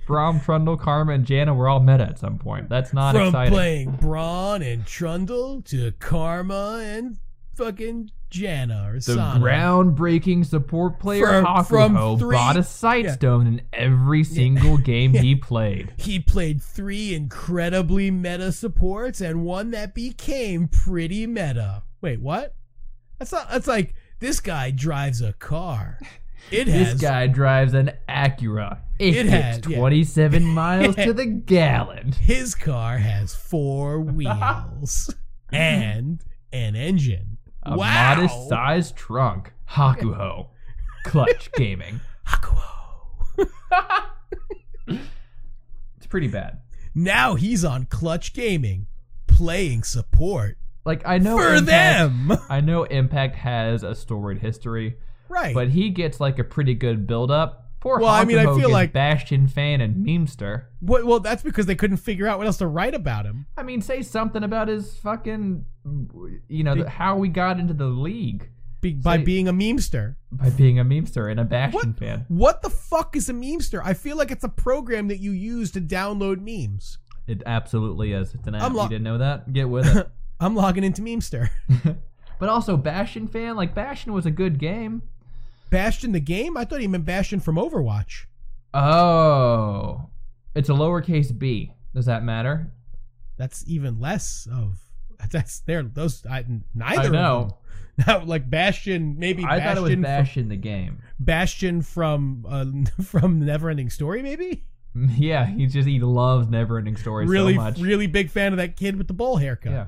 Braum, Trundle, Karma, and Janna were all meta at some point. That's not From exciting. playing Braun and Trundle to Karma and fucking Janna or The Sana. groundbreaking support player From- Hakuho from three- brought a sight yeah. stone in every single game he played. He played three incredibly meta supports and one that became pretty meta. Wait, what? That's not. That's like this guy drives a car. It has. This guy drives an Acura. It, It hits has, yeah. 27 miles to the gallon. His car has four wheels and an engine. A wow. modest sized trunk. Hakuho. Clutch gaming. Hakuo. It's pretty bad. Now he's on Clutch Gaming, playing support Like I know for Impact- them. I know Impact has a storied history, right. but he gets like a pretty good build up. Poor Well, I mean, I Hakuho feel gets like- Bastion fan and memester. Well- well, that's because they couldn't figure out what else to write about him. I mean, say something about his fucking, you know, th- how we got into the league Be- by See- being a memester. by being a memester and a Bastion What? fan. What the fuck is a memester? I feel like it's a program that you use to download memes. It absolutely is. It's an app. I'm lo- you didn't know that? Get with it. I'm logging into memester. but also, Bastion fan, like Bastion was a good game. Bastion the game? I thought he meant Bastion from Overwatch. Oh, it's a lowercase b. Does that matter? That's even less of. That's there. Those I, neither. I Of know. them. Now, like Bastion, maybe I Bastion, thought it was Bastion the game. Bastion from uh, from Neverending Story. Maybe Yeah, he just he loves Neverending Story really, so much. really big fan of that kid with the bowl haircut. yeah.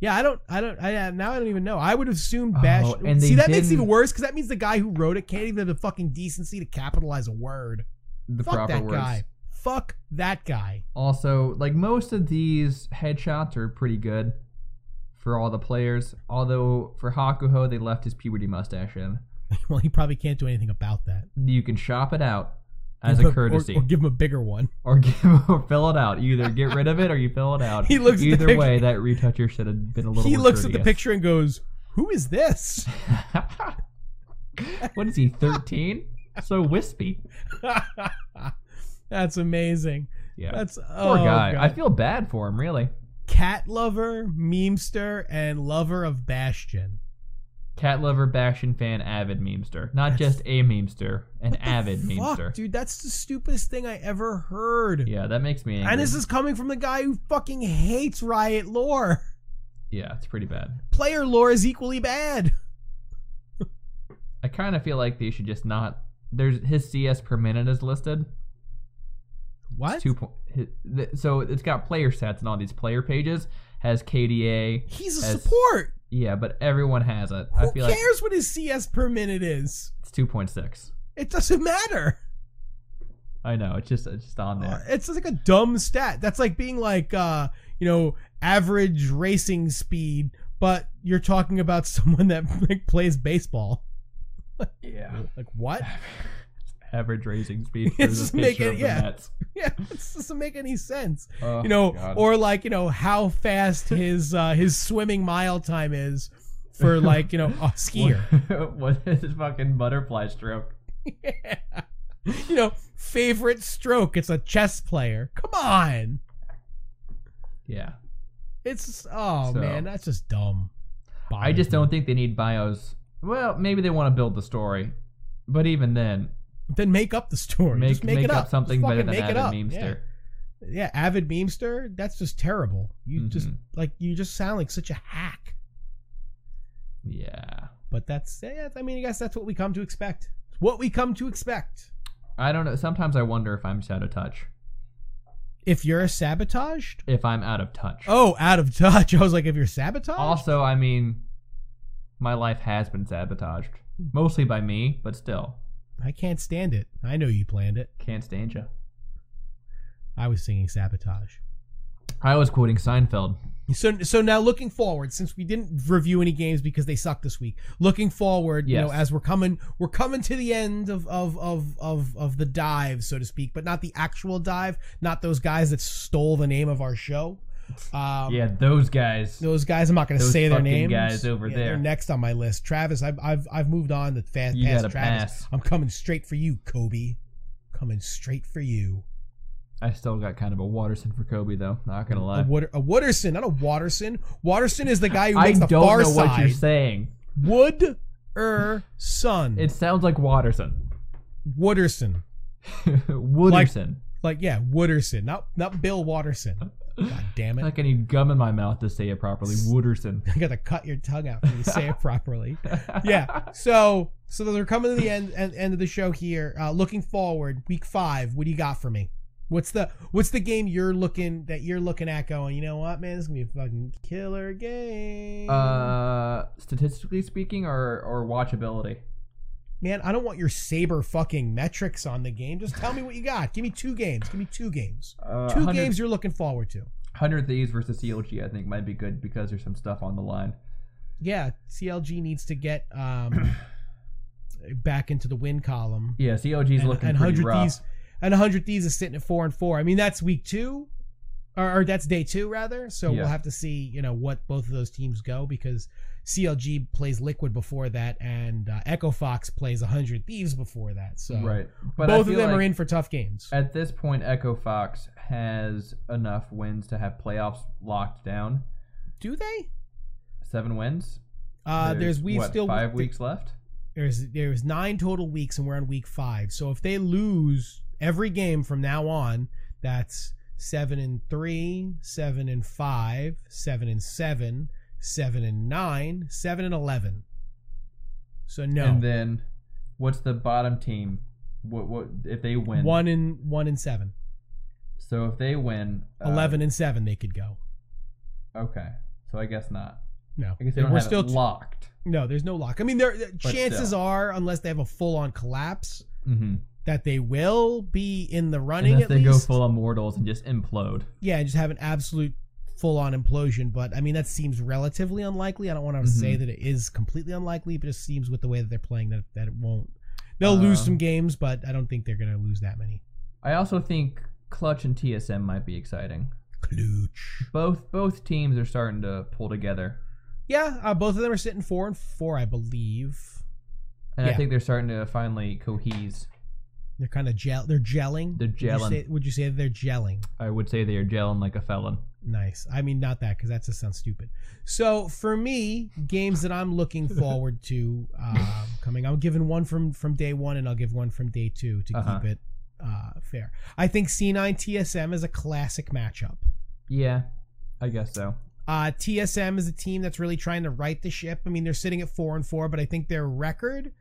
Yeah, I don't, I don't, I, now I don't even know. I would have assumed Bash. Oh, and they See, that makes it didn't- even worse because that means the guy who wrote it can't even have the fucking decency to capitalize a word. The Fuck proper that words. guy. Fuck that guy. Also, like most of these headshots are pretty good for all the players. Although for Hakuho, they left his puberty mustache in. well, he probably can't do anything about that. You can shop it out as Or- a or- courtesy, or, or, give him a bigger one. give, or fill it out. You either get rid of it or you fill it out. He looks at the either pic- way. That retoucher should have been a little. He more looks at the courteous. picture and goes, "Who is this?" what is he? Thirteen? so wispy. That's amazing. Yeah. That's Poor oh, guy. I God. feel bad for him. Really. cat lover, memester, and lover of Bastion. Cat lover, bastion fan, avid memester. Not That's- just a memester, an What the avid fuck, memester. dude. That's the stupidest thing I ever heard. Yeah, that makes me angry. And this is coming from the guy who fucking hates Riot lore. yeah, it's pretty bad. Player lore is equally bad. I kind of feel like they should just not. There's his CS per minute is listed. What? Two point. So it's got player stats and all these player pages. Has KDA. He's a As- support. Yeah, but everyone has it. Who I feel like cares what his CS per minute is? it's two point six. It doesn't matter. I know. It's just it's just on Uh, there. It's like a dumb stat. That's like being like, uh, you know, average racing speed, but you're talking about someone that like, plays baseball. Oh, Yeah. Like what? Average raising speed. It's It's just just making- making yeah. yeah, this doesn't make any sense. Oh, you know, God. or like you know how fast his uh, his swimming mile time is for like you know a skier. what is his fucking butterfly stroke? you know, favorite stroke. It's a chess player. Come on, Yeah. It's oh So- man, that's just dumb. I just don't think they need bios. Well, maybe they want to build the story, but even then, Then make up the story. make just make, it up, Just something better fucking than make it Adam up. Memester. Yeah. yeah, avid memester. That's just terrible. You just Mhm. like you just sound like such a hack. Yeah. But that's yeah, I mean, I guess that's what we come to expect. It's what we come to expect. I don't know. Sometimes I wonder if I'm just out of touch. If you're sabotaged, If I'm out of touch. oh, out of touch. I was like, if you're sabotaged, Also, I mean, my life has been sabotaged. Mostly by me, but still. I can't stand it. I know you planned it. Can't stand you. I was singing sabotage. I was quoting Seinfeld. So, so now looking forward, since we didn't review any games because they suck this week. Looking forward, you know, Yes. as we're coming, we're coming to the end of of of of of the dive, so to speak, but not the actual dive, not those guys that stole the name of our show. Um, yeah, those guys. those guys. I'm not going to Those say their fucking names. guys over Yeah, there. They're next on my list. Travis, I've I've, I've moved on to fast You past gotta Travis. pass. I'm coming straight for you, Kobe. Coming straight for you. I still got kind of a Waterson for Kobe, though. Not going to A, lie. Water, a Wooderson, not a Waterson. Waterson is the guy who I makes the don't far know what you're side. saying. Wood er son. It sounds like Waterson. Wooderson. Wooderson. Like yeah, Wooderson. Not not Bill Waterson. God damn Like, it. like I need gum in my mouth to say it properly. Wooderson. I gotta cut your tongue out for you to say it properly. yeah. So so those are coming to the end end, end of the show here. Uh, looking forward, week five. What do you got for me? What's the what's the game you're looking that you're looking at going? You know what, man? This is gonna be a fucking killer game. Uh, statistically speaking, or or watchability. man, I don't want your saber fucking metrics on the game. Just tell me what you got. Give me two games. Give me two games. Uh, Two 100 games you're looking forward to. Hundred Thieves versus CLG, I think, might be good because there's some stuff on the line. Yeah, CLG needs to get um back into the win column. Yeah, CLG's and, looking and pretty 100 rough. thieves and 100 thieves is sitting at four and four i mean that's week two or, or that's day two rather so Yeah. we'll have to see you know what both of those teams go because clg plays liquid before that and uh, echo fox plays 100 thieves before that so right, but I both of feel them like are in for tough games At this point, Echo Fox has enough wins to have playoffs locked down. do they Seven wins. uh there's, we've what, still five weeks left. there's there's nine total weeks and we're on week five so if they lose every game from now on that's seven and three seven and five seven and seven seven and nine seven and eleven so no And then, what's the bottom team? What what if they win? one and one and seven So if they win, uh, 11 and seven they could go Okay, so I guess not. no I guess they don't we're have still it locked. no there's no lock i mean there chances still. are unless they have a full-on collapse Mm-hmm. that they will be in the running Unless at they least. go full immortals and just implode. yeah, and just have an absolute full on implosion. But I mean, that seems relatively unlikely. I don't want to say Mhm. that it is completely unlikely, but it just seems with the way that they're playing that, that it won't. They'll lose Uh, some games, but I don't think they're going to lose that many. I also think Clutch and TSM might be exciting. Klooch. Both both teams are starting to pull together, Yeah, uh, both of them are sitting four and four, I believe. and I Yeah. think they're starting to finally cohese. They're kind of gel. They're gelling. They're gelling. Would you say, would you say that they're gelling? I would say they are gelling like a felon. Nice. I mean, not that because that just sounds stupid. So for me, games that I'm looking forward to um, coming. I'm giving one from from day one, and I'll give one from day two to Uh-huh. keep it uh, fair. I think C9 TSM is a classic matchup. Yeah, I guess so. Uh, TSM is a team that's really trying to right the ship. I mean, they're sitting at four and four, but I think their record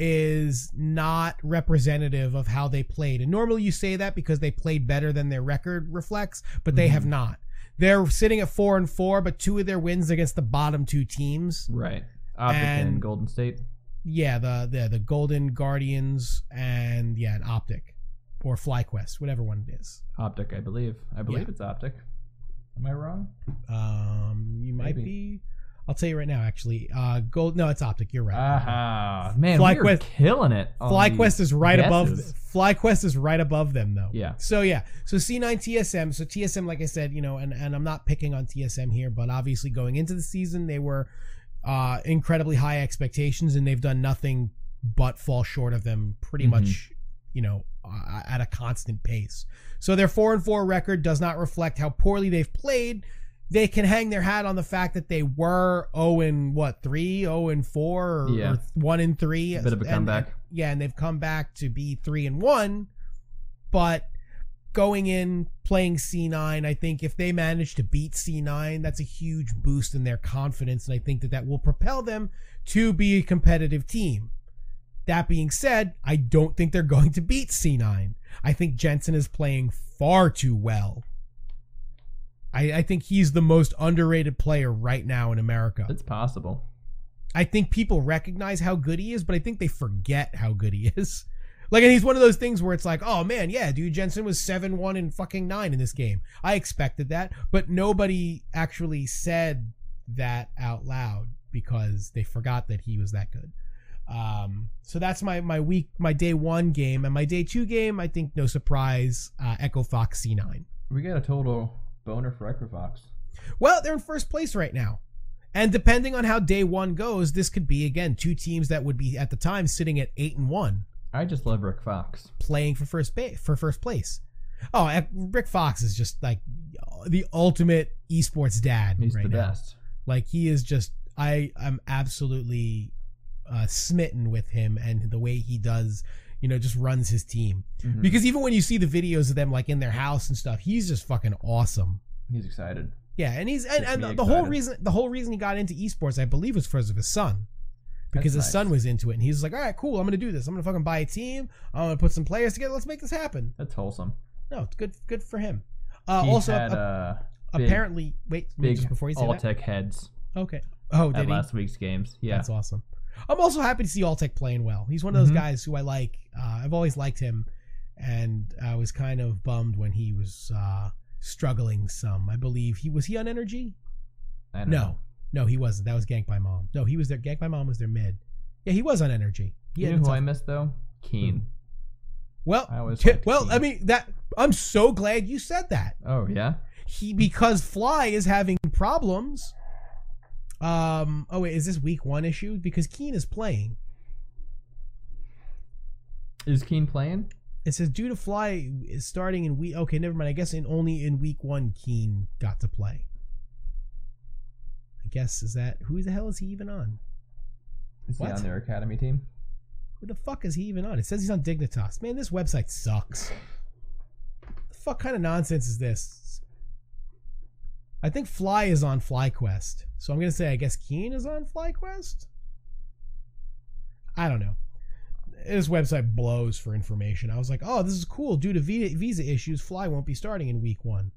is not representative of how they played. And normally you say that because they played better than their record reflects, but they have not. They're sitting at four and four, but two of their wins against the bottom two teams. Right. Optic and, And- Golden State. Yeah, the the the Golden Guardians and yeah, an Optic or FlyQuest, whatever one it is. Optic, I believe. I believe Yeah. it's Optic. Am I wrong? Um, you might Maybe. be. I'll tell you right now. Actually, uh, Gold. No, it's Optic. You're right. Uh-huh. Aha. Man, we are FlyQuest- killing it. on FlyQuest these is right guesses. above FlyQuest is right above them though. Yeah. So yeah. So C9 TSM. So TSM, like I said, you know, and, and I'm not picking on TSM here, but obviously going into the season they were uh incredibly high expectations and they've done nothing but fall short of them pretty Mhm. much, you know, uh, at a constant pace. So their four and four record does not reflect how poorly they've played. They can hang their hat on the fact that they were zero and what three, zero and four, or, Yeah. or one and three. Bit of a And- comeback. yeah, and they've come back to be three and one, but going in playing C9, I think if they manage to beat C9, that's a huge boost in their confidence, and I think that that will propel them to be a competitive team. That being said, I don't think they're going to beat C9. I think Jensen is playing far too well. I, I think he's the most underrated player right now in America. It's possible. I think people recognize how good he is, but I think they forget how good he is. Like, and he's one of those things where it's like, oh man, yeah, dude, Jensen was 7 1 and fucking 9 in this game. I expected that, but nobody actually said that out loud because they forgot that he was that good. Um, so that's my, my week, my day one game. And my day two game, I think, no surprise, uh, Echo Fox C9. We got a total boner for Equifax. Well, they're in first place right now. And depending on how day one goes, this could be again two teams that would be at the time sitting at eight and one, I just love Rick Fox. playing for first ba- for first place. Oh, and Rick Fox is just like the ultimate esports dad He's right the now. best. Like he is just I I'm absolutely uh, smitten with him and the way he does, you know, just runs his team. Mhm. Because even when you see the videos of them like in their house and stuff, he's just fucking awesome. He's excited. Yeah, and he's and, Gets and me the, whole excited. reason the whole reason he got into esports, I believe, was because of his son. Because That's his son nice. was into it, and he was like, "All right, cool. I'm gonna do this. I'm gonna fucking buy a team. I'm gonna put some players together. Let's make this happen." That's wholesome. No, it's good, good for him. Uh, he also, had ap- uh, big- apparently, wait, let me big just before you say all that, tech heads okay. Oh, at did he? last week's games. Yeah, That's awesome. I'm also happy to see Alltech playing well. He's one of those Mhm. guys who I like. Uh, I've always liked him, and I was kind of bummed when he was uh, struggling some. I believe he was he on energy. I don't know. No, no, he wasn't. That was Gank by Mom. No, he was their Gank by Mom was their mid. Yeah, he was on energy. He You had know a who tough- I missed though? Keen. well, I always yeah, liked well, Keen. I mean that. I'm so glad you said that. Oh yeah. He because Fly is having problems. Um. Oh wait, is this week one issue? Because Keen is playing. Is Keen playing? It says due to Fly is starting in week. Okay, never mind. I guess in only in week one, Keen got to play. I guess is that who the hell is he even on? Is What? he on their academy team? Who the fuck is he even on? It says he's on Dignitas. Man, this website sucks. The fuck kind of nonsense is this? I think Fly is on FlyQuest. So I'm going to say, I guess Keen is on FlyQuest? I don't know. This website blows for information. I was like, oh, this is cool. Due to vi- visa issues, Fly won't be starting in week one.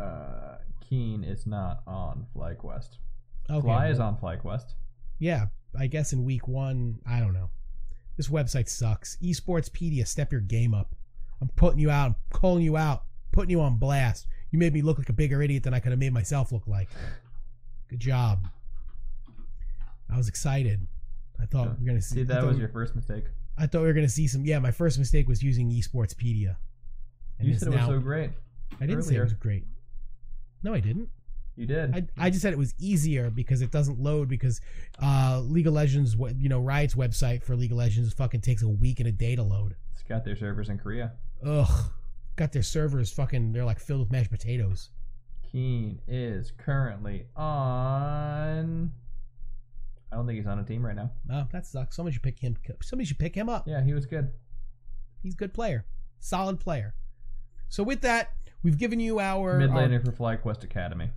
Uh, Keen is not on FlyQuest. Okay. Fly is on FlyQuest. yeah, I guess in week one, I don't know. This website sucks. Esportspedia, step your game up. I'm putting you out. I'm calling you out. Putting you on blast. You made me look like a bigger idiot than I could have made myself look like. Good job. I was excited. I thought we were gonna see. See, I that thought was we- your first mistake. I thought we were gonna see some. Yeah, my first mistake was using Esportspedia. you it's said it was so great. I didn't say it earlier. was great. No, I didn't. You did. I, I just said it was easier because it doesn't load because uh, League of Legends, we- you know, Riot's website for League of Legends fucking takes a week and a day to load. It's got their servers in Korea. Ugh, got their servers fucking they're like filled with mashed potatoes. Keen is currently on. I don't think he's on a team right now. Oh, that sucks. Somebody should pick him. Somebody should pick him up. Yeah, he was good. He's a good player, solid player. So with that, we've given you our, Mid our laner for FlyQuest Academy.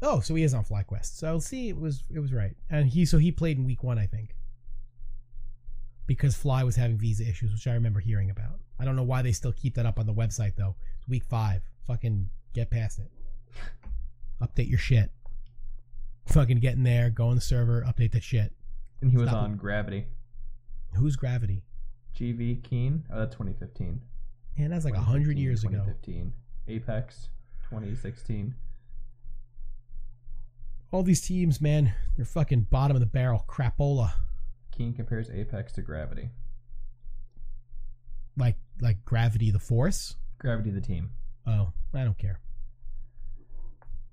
oh, so he is on FlyQuest. So see, it was it was right, and he so he played in week one, I think, because Fly was having visa issues, which I remember hearing about. I don't know why they still keep that up on the website though. It's week five, fucking get past it. Update your shit. Fucking get in there, go on the server, update that shit. And he was Stop on Gravity. Who's Gravity? GV Keen. Oh, that's 2015. Man, that's like a hundred 2015, years ago. 2015. Apex 2016. All these teams, man, they're fucking bottom of the barrel, crapola, Keen compares Apex to Gravity. like like Gravity, the Force. Gravity the team. Oh, I don't care.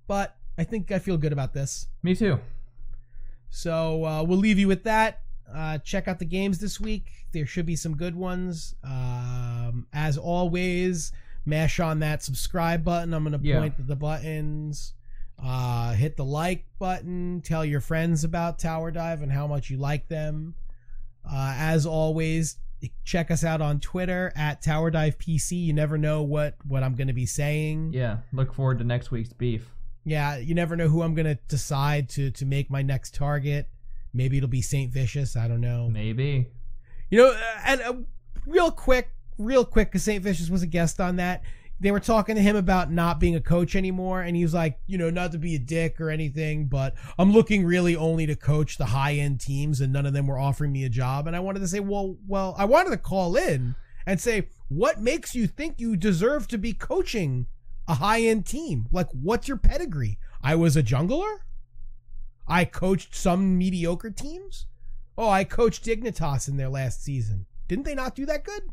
But I think I feel good about this. Me too. So uh, we'll leave you with that. uh, check out the games this week. There should be some good ones. Um, as always, mash on that subscribe button. I'm going to Yeah. point to the buttons. Uh, hit the like button. Tell your friends about Tower Dive and how much you like them. Uh, as always, check us out on Twitter at Tower Dive PC. You never know what what I'm going to be saying. Yeah, look forward to next week's beef. Yeah, you never know who I'm gonna decide to to make my next target. Maybe it'll be Saint Vicious. I don't know. Maybe. You know, uh, and uh, real quick, real quick, because Saint Vicious was a guest on that. They were talking to him about not being a coach anymore, and he was like, you know, not to be a dick or anything, but I'm looking really only to coach the high end teams, and none of them were offering me a job. And I wanted to say, well, well, I wanted to call in and say, what makes you think you deserve to be coaching a high end team? Like, what's your pedigree? I was a jungler. I coached some mediocre teams. Oh, I coached Dignitas in their last season. Didn't they not do that good?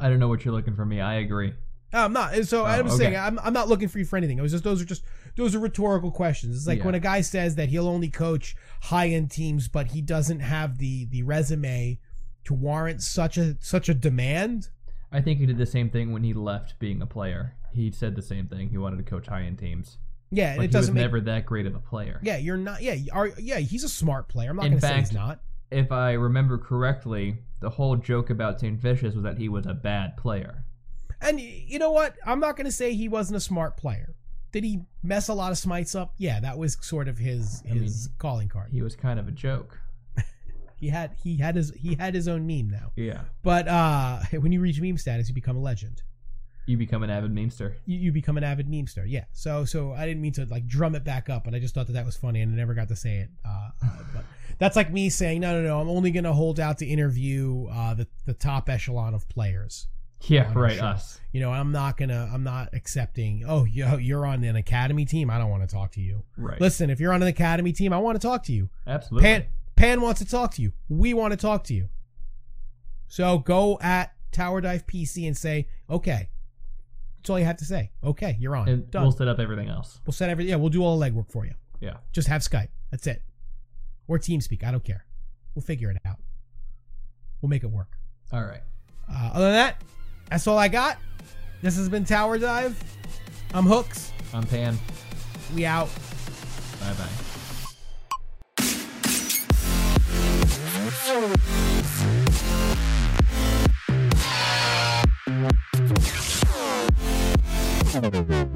I don't know what you're looking for me. I agree. No, I'm not. And So I'm Oh, okay. saying I'm, I'm not looking for you for anything. It was just those are just those are rhetorical questions. It's like Yeah. when a guy says that he'll only coach high end teams, but he doesn't have the the resume to warrant such a such a demand. I think he did the same thing when he left being a player. He said the same thing. He wanted to coach high end teams. Yeah, and But it he was doesn't make. never that great of a player. yeah, you're not. Yeah, you are yeah, he's a smart player. I'm not In going to say he's fact- not. If I remember correctly, the whole joke about St. Vicious was that he was a bad player. And y- you know what? I'm not going to say he wasn't a smart player. Did he mess a lot of smites up? Yeah, that was sort of his I mean, his calling card. He was kind of a joke. He had he had his he had his own meme now. Yeah. But uh when you reach meme status, you become a legend. You become an avid memester. You, you become an avid memester. Yeah. So so I didn't mean to like drum it back up, but I just thought that that was funny, and I never got to say it. Uh, uh, but that's like me saying, no, no, no, I'm only gonna hold out to interview uh, the the top echelon of players. Yeah, I'm right, Oh, sure. us. You know, I'm not gonna, I'm not accepting. Oh, yo, you're on an academy team. I don't want to talk to you. Right. Listen, if you're on an academy team, I want to talk to you. Absolutely. Pan Pan wants to talk to you. We want to talk to you. So go at Tower Dive PC and say, okay. That's all you have to say. Okay, you're on. and Done. we'll We'll, set up everything else. set everything. Yeah, we'll do all the legwork for you. Yeah. Just have Skype. That's it. Or TeamSpeak. I don't care. We'll figure it out. We'll make it work. All right. Uh, other than that, that's all I got. This has been Tower Dive. I'm Hooks. I'm Pan. We out. Bye bye. Thank you.